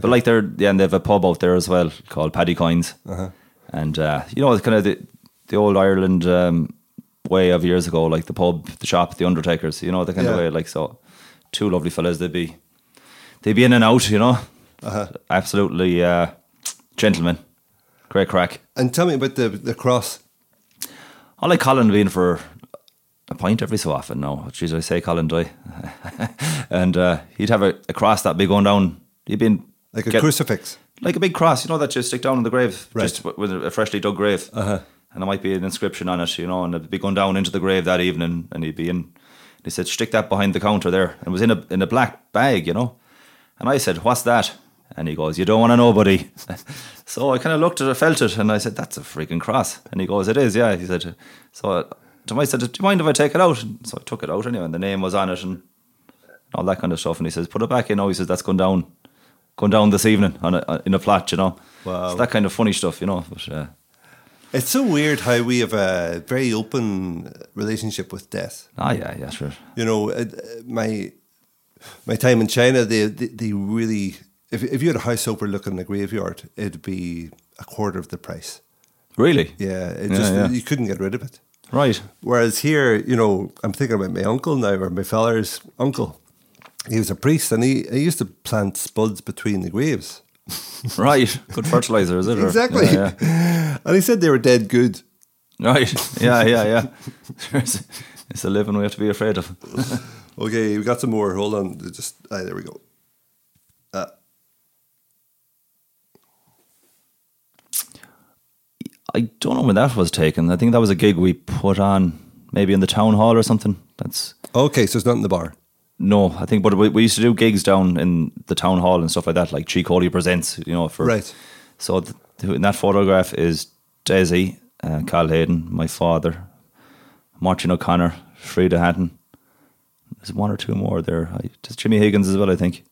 C: But like they're yeah, and they have a pub out there as well called Paddy Coins, and uh, you know it's kind of the the old Ireland um, way of years ago, like the pub, the shop, the undertakers. You know the kind of
B: Yeah.
C: way like so. Two lovely fellas, they'd be they'd be in and out. You know, absolutely uh, gentlemen. Great crack.
B: And tell me about the the cross.
C: I like Colin being for a pint every so often now. Jeez, I say Colin die. and uh, he'd have a, a cross that'd be going down. He'd been
B: Like a
C: get-
B: crucifix.
C: like a big cross, you know, that you stick down in the grave,
B: Right.
C: just w- with a freshly dug grave. Uh-huh. And there might be an inscription on it, you know, and it'd be going down into the grave that evening. And he'd be in, he said, stick that behind the counter there. And it was in a, in a black bag, you know. And I said, what's that? And he goes, you don't want to know, buddy. so I kind of looked at it, felt it, and I said, that's a freaking cross. And he goes, it is, yeah. He said, so to I said, do you mind if I take it out? And so I took it out anyway, and the name was on it and all that kind of stuff. And he says, put it back in. Oh, he says, that's gone down going down this evening on a, uh, in a flat, you know.
B: Wow.
C: It's that kind of funny stuff, you know. But uh,
B: It's so weird how we have a very open relationship with death.
C: ah, yeah, yeah, sure.
B: you know, it- uh, my my time in China, they they, they really, if, if you had a house overlooking a graveyard, it'd be a quarter of the price.
C: Really?
B: Yeah, it
C: Yeah,
B: just
C: yeah.
B: you couldn't get rid of it.
C: Right.
B: Whereas here, you know, I'm thinking about my uncle now, or my fella's uncle. He was a priest, and he, he used to plant spuds between the graves.
C: Right. Good fertilizer, is it? or-
B: Exactly,
C: Yeah, yeah.
B: and he said they were dead good.
C: Right. Yeah, yeah, yeah. it's, it's a living we have to be afraid of.
B: Okay, we got some more. Hold on. Just ah, there we go.
C: I don't know when that was taken. I think that was a gig we put on maybe in the town hall or something. That's
B: Okay, so it's not in the bar.
C: no, I think. But we, we used to do gigs down in the town hall and stuff like that, like Chick Cody presents. You know, for
B: Right.
C: So th- in that photograph is Desi, uh, Carl Hayden, my father, Martin O'Connor, Frida Hatton. There's one or two more there. I, just Jimmy Higgins as well, I think.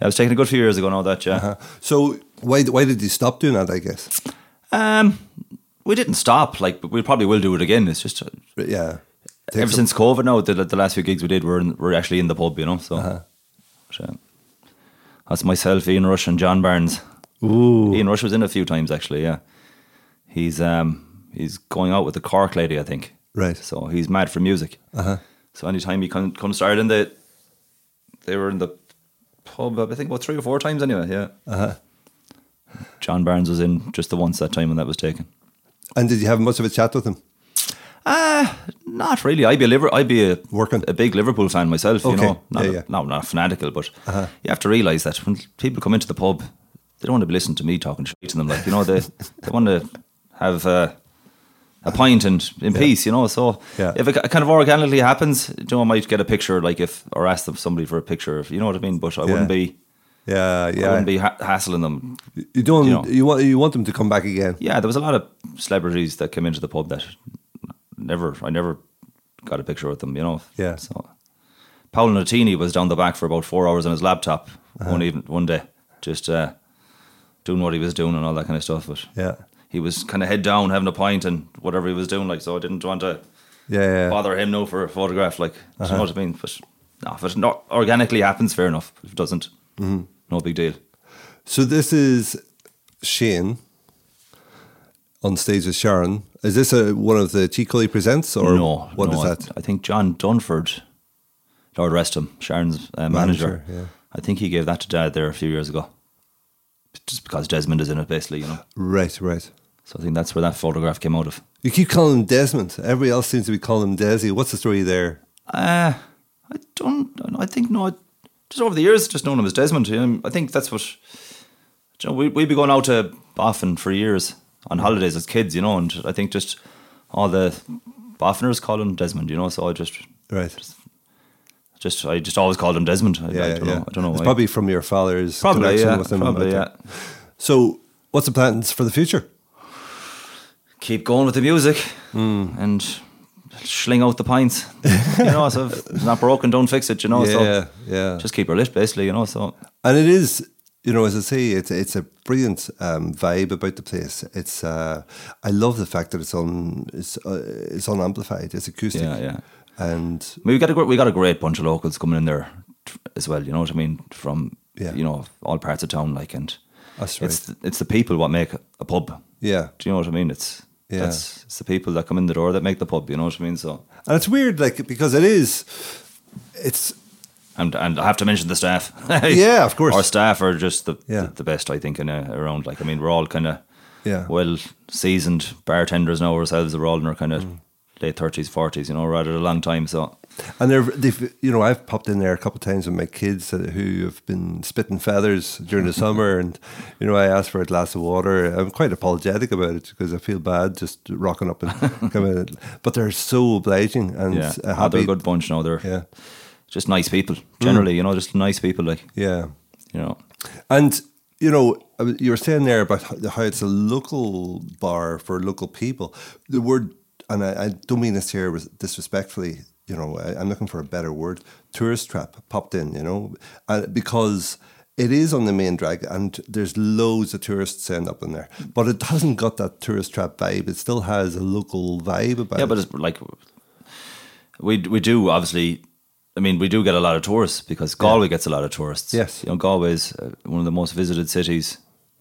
C: I was taken a good few years ago. Now that yeah.
B: So why why did you stop doing that? I guess.
C: Um, we didn't stop. Like, but we probably will do it again. It's just. uh,
B: Yeah. Take
C: ever
B: some-
C: since COVID now, the, the last few gigs we did were in, were actually in the pub, you know. So,
B: Uh-huh.
C: But, uh, that's myself, Ian Rush, and John Barnes. Ooh, Ian Rush was in a few times actually. Yeah, he's um he's going out with the Cork lady, I think.
B: Right.
C: So he's mad for music. Uh-huh. So anytime he come comes to Ireland, they they were in the pub. I think about three or four times anyway. Yeah. Uh
B: Uh-huh.
C: huh. John Barnes was in just the once that time when that was taken.
B: And did you have much of a chat with him?
C: Uh, not really. I'd be a Liver- I'd be a
B: Working.
C: a big Liverpool fan myself. You
B: Okay.
C: know, not
B: Yeah,
C: a-
B: yeah. Uh-huh.
C: no, not fanatical, but you have to realise that when people come into the pub, they don't want to be listening to me talking shit to them. Like you know, they they want to have uh, a pint and in peace. You know, so
B: Yeah.
C: if it ki- kind of organically happens, you know, I might get a picture, like if or ask them somebody for a picture. If, you know what I mean? But I wouldn't be,
B: Yeah,
C: I
B: yeah.
C: wouldn't be ha- hassling them.
B: you don't. You,
C: you know.
B: want you want them to come back again.
C: Yeah, there was a lot of celebrities that came into the pub that never, I never got a picture with them, you know.
B: Yeah.
C: So Paolo Nutini was down the back for about four hours on his laptop
B: Uh-huh.
C: one even one day, just uh, doing what he was doing and all that kind of stuff. But
B: Yeah.
C: he was kind of head down having a pint and whatever he was doing, like so. I didn't want to
B: Yeah, Uh-huh. yeah.
C: bother him no for a photograph, like do you know what I mean. But no, if it not organically happens, fair enough. If it doesn't,
B: Mm-hmm.
C: no big deal.
B: So this is Shane on stage with Sharon. Is this a one of the Chicoli presents or
C: no,
B: what
C: no,
B: is
C: I-
B: that?
C: I, think John Dunford, Lord rest him, Sharon's uh, manager.
B: Manager, yeah.
C: I think he gave that to Dad there a few years ago, just because Desmond is in it, basically, you know.
B: Right, right.
C: So I think that's where that photograph came out of.
B: You keep calling him Desmond. Everybody else seems to be calling him Desi. What's the story there?
C: Uh, I don't. I think no. I, just over the years, just known him as Desmond. you know, I think that's what. You know, we we'd be going out to Boffin for years on holidays as kids, you know, and I think just all the Boffiners call him Desmond, you know. So I just,
B: Right.
C: just I just always called him Desmond. I, I don't know. I don't know.
B: It's
C: why.
B: probably from your father's
C: probably
B: connection
C: yeah.
B: with him.
C: probably
B: I
C: yeah.
B: think. So, what's the plans for the future?
C: Keep going with the music and sling out the pints. you know, so if it's not broken, don't fix it. You know, Oh, so
B: yeah, yeah.
C: just keep her lit, basically. You know, so
B: And it is, you know, as I say, it's it's a brilliant um, vibe about the place. It's uh, I love the fact that it's on it's uh, it's unamplified. It's acoustic.
C: Yeah, yeah.
B: And
C: I mean, we got a great, we got a great bunch of locals coming in there tr- as well. You know what I mean? From
B: Yeah. Oh,
C: you know all parts of town, like and
B: That's
C: it's the, it's the people what make a pub.
B: yeah,
C: Do you know what I mean? It's
B: Yeah.
C: that's it's the people that come in the door that make the pub. You know what I mean? So
B: and it's weird, like because it is, it's
C: and and I have to mention the staff.
B: Yeah, of course.
C: Our staff are just the
B: Yeah.
C: the, the best I think in uh, around. Like I mean, we're all kind of
B: Yeah.
C: well seasoned bartenders now ourselves. We're all in our kind of
B: Mm.
C: late thirties, forties. You know, rather a long time. So
B: and they're they've you know I've popped in there a couple of times with my kids uh, who have been spitting feathers during the summer, and you know I asked for a glass of water. I'm quite apologetic about it because I feel bad just rocking up and coming, but they're so obliging and uh,
C: yeah, Ah, they're a
B: happy.
C: good bunch now. They're
B: Yeah. Mm.
C: just nice people generally. You know, just nice people. Like
B: Yeah.
C: you know,
B: And, you know, I was- you were saying there about how how it's a local bar for local people. The word, and I, I don't mean this here with- disrespectfully, you know, I, I'm looking for a better word. Tourist trap popped in, you know, uh, because It is on the main drag, and there's loads of tourists end up in there. But it hasn't got that tourist trap vibe. It still has a local vibe about
C: yeah,
B: it.
C: but it's like we we do obviously. I mean, we do get a lot of tourists because Galway gets a lot of tourists.
B: Yes.
C: you know, Galway's uh, one of the most visited cities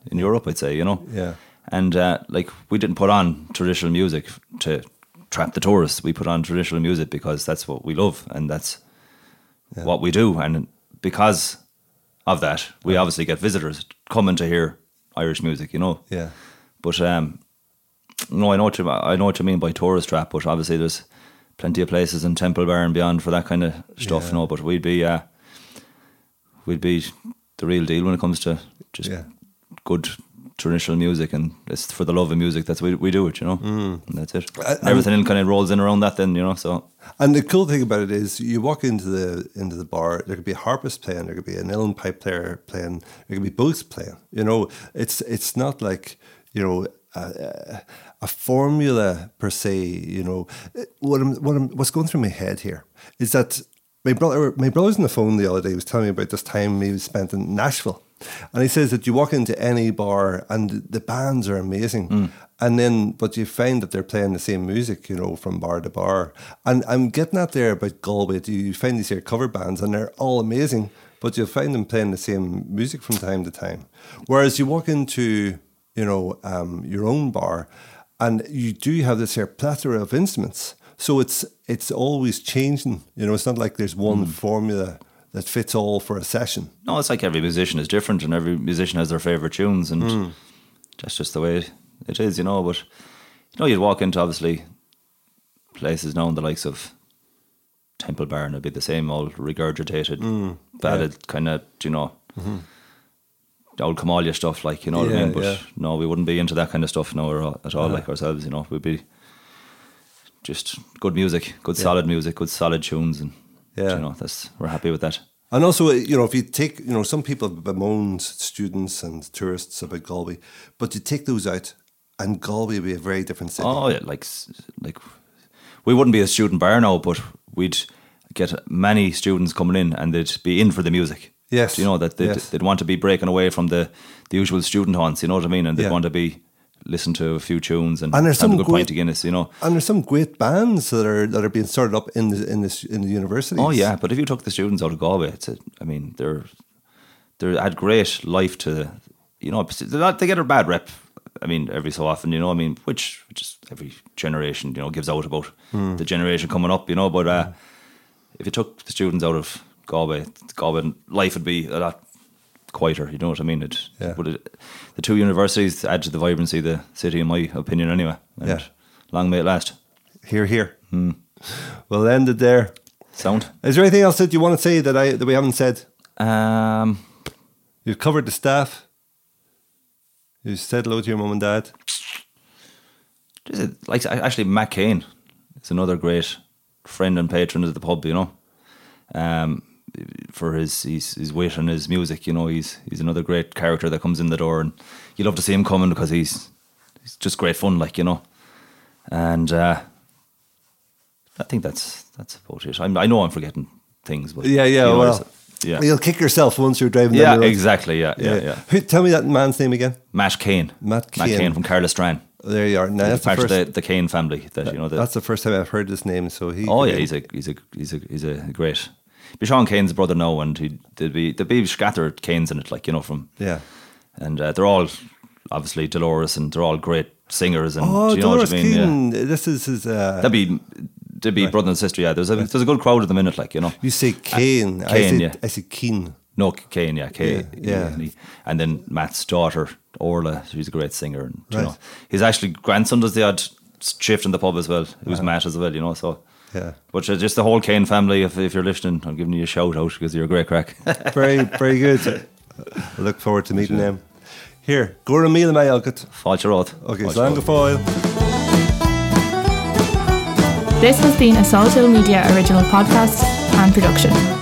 C: in Europe. I'd say, you know.
B: Yeah.
C: And uh, like, we didn't put on traditional music to trap the tourists. We put on traditional music because that's what we love and that's what we do. And because of that, we obviously get visitors coming to hear Irish music. You know.
B: yeah.
C: But um, no, I know what you, I know what you mean by tourist trap. But obviously, there's plenty of places in Temple Bar and beyond for that kind of stuff.
B: Yeah.
C: No, but we'd be uh, we'd be the real deal when it comes to just
B: Yeah.
C: good traditional music, and it's for the love of music. That's we we do it, you know. Mm. And that's it.
B: I- I'm-
C: Everything kind of rolls in around that, then you know. So
B: And the cool thing about it is, you walk into the into the bar. There could be a harpist playing. There could be an Ellen pipe player playing. There could be boots playing. You know, it's it's not like you know a, a formula per se. You know, what I'm, what I'm, what's going through my head here is that my brother my brother's on the phone the other day. He was telling me about this time he was spent in Nashville, and he says that you walk into any bar and the bands are amazing. And then, but you find that they're playing the same music, you know, from bar to bar. And I'm getting at there about Galway. You you find these here cover bands, and they're all amazing, but you'll find them playing the same music from time to time. Whereas you walk into, you know, um, your own bar, and you do have this here plethora of instruments. So it's it's always changing. You know, it's not like there's
C: Mm.
B: one formula that fits all for a session.
C: no, it's like every musician is different, and every musician has their favorite tunes, and
B: Hmm.
C: that's just the way it is, you know. But you know, you'd walk into obviously places now, and the likes of Temple Bar, and it'd be the same old regurgitated,
B: Hmm.
C: batted kind of, you know, old Kamalia stuff, like you know what
B: Mm-hmm. Yeah,
C: I mean. But
B: yeah.
C: no, we wouldn't be into that kind of stuff now or- at all, like ourselves, you know. We'd be just good music, good solid music, good solid tunes, and
B: Yeah.
C: you know, that's we're happy with that.
B: And also, uh, you know, if you take, you know, some people have bemoaned students and tourists about Galway, but you take those out, and Galway will be a very different city.
C: Oh yeah, like s- like we wouldn't be a student bar now, but we'd get many students coming in, and they'd be in for the music.
B: Yes.
C: Do you know that they'd,
B: Yes.
C: they'd want to be breaking away from the, the usual student haunts. You know what I mean? And they'd
B: Yeah.
C: want to be listen to a few tunes and,
B: And
C: have
B: there's
C: a
B: some
C: good
B: great-
C: pint of Guinness. You know.
B: And there's some great bands that are that are being started up in the in the in the universities.
C: Oh yeah, but if you took the students out of Galway, it's a, I mean they're they had great life to you know they're not, they get a bad rep. I mean every so often, you know. I mean which which is every generation you know gives out about
B: Hmm.
C: the generation coming up, you know. But uh, if you took the students out of Galway, Galway life would be a lot quieter. You know what I mean? It
B: Yeah.
C: would it, the two universities add to the vibrancy of the city, in my opinion, anyway. And
B: Yeah.
C: Long may it last.
B: here, here.
C: Hmm.
B: We'll end it there.
C: Sound.
B: Is there anything else that you want to say that I that we haven't said?
C: Um.
B: You've covered the staff. You said hello to your mum and dad.
C: Is it- like actually Matt Cain is another great friend and patron of the pub, you know. Um, for his his his wit and his music, you know, he's he's another great character that comes in the door, and you love to see him coming because he's he's just great fun, like you know. And uh, I think that's that's about it. I'm, I know I'm forgetting things, but
B: Yeah, yeah.
C: you know,
B: well,
C: it's- yeah,
B: You'll kick yourself once you're driving.
C: yeah,
B: down the road.
C: exactly, yeah, yeah, yeah.
B: Who, tell me that man's name again.
C: Matt Cain,
B: Matt
C: Matt
B: Cain.
C: Cain from Carlistran.
B: There you are. Now that's the
C: part
B: first.
C: of the, the Cain family. That you know that,
B: that's the first time I've heard this name. So he.
C: Oh yeah, he's a he's a he's a he's a great. Be Sean Kane's brother now, and he there'd be there'd be scattered Kane's in it, like you know from
B: yeah.
C: and uh, they're all obviously Dolores, and they're all great singers, and
B: Oh,
C: do you know
B: Dolores
C: what I mean? Yeah.
B: Keane. This is his. Uh,
C: That'd be that'd be brother and sister. Yeah, there's a there's a good crowd at the minute, like you know.
B: you say Kane. I
C: Keane,
B: say
C: Uh, yeah.
B: I say Keane.
C: No, Kane, yeah, Kane,
B: Yeah, yeah.
C: and, he- and then Matt's daughter Orla, she's a great singer, and do
B: Right.
C: you know his actually grandson does the odd shift in the pub as well. It was Matt as well, you know. So
B: Yeah.
C: But uh, just the whole Kane family, if, if you're listening, I'm giving you a shout out because you're a great crack.
B: Very, very good. I look forward to meeting him. Here, go to meal, my Elgit.
C: Fáilte rád.
B: Okay,
C: Fáilte
B: so I'm
C: rád.
B: foil.
D: This has been a Solital Media original podcast and production.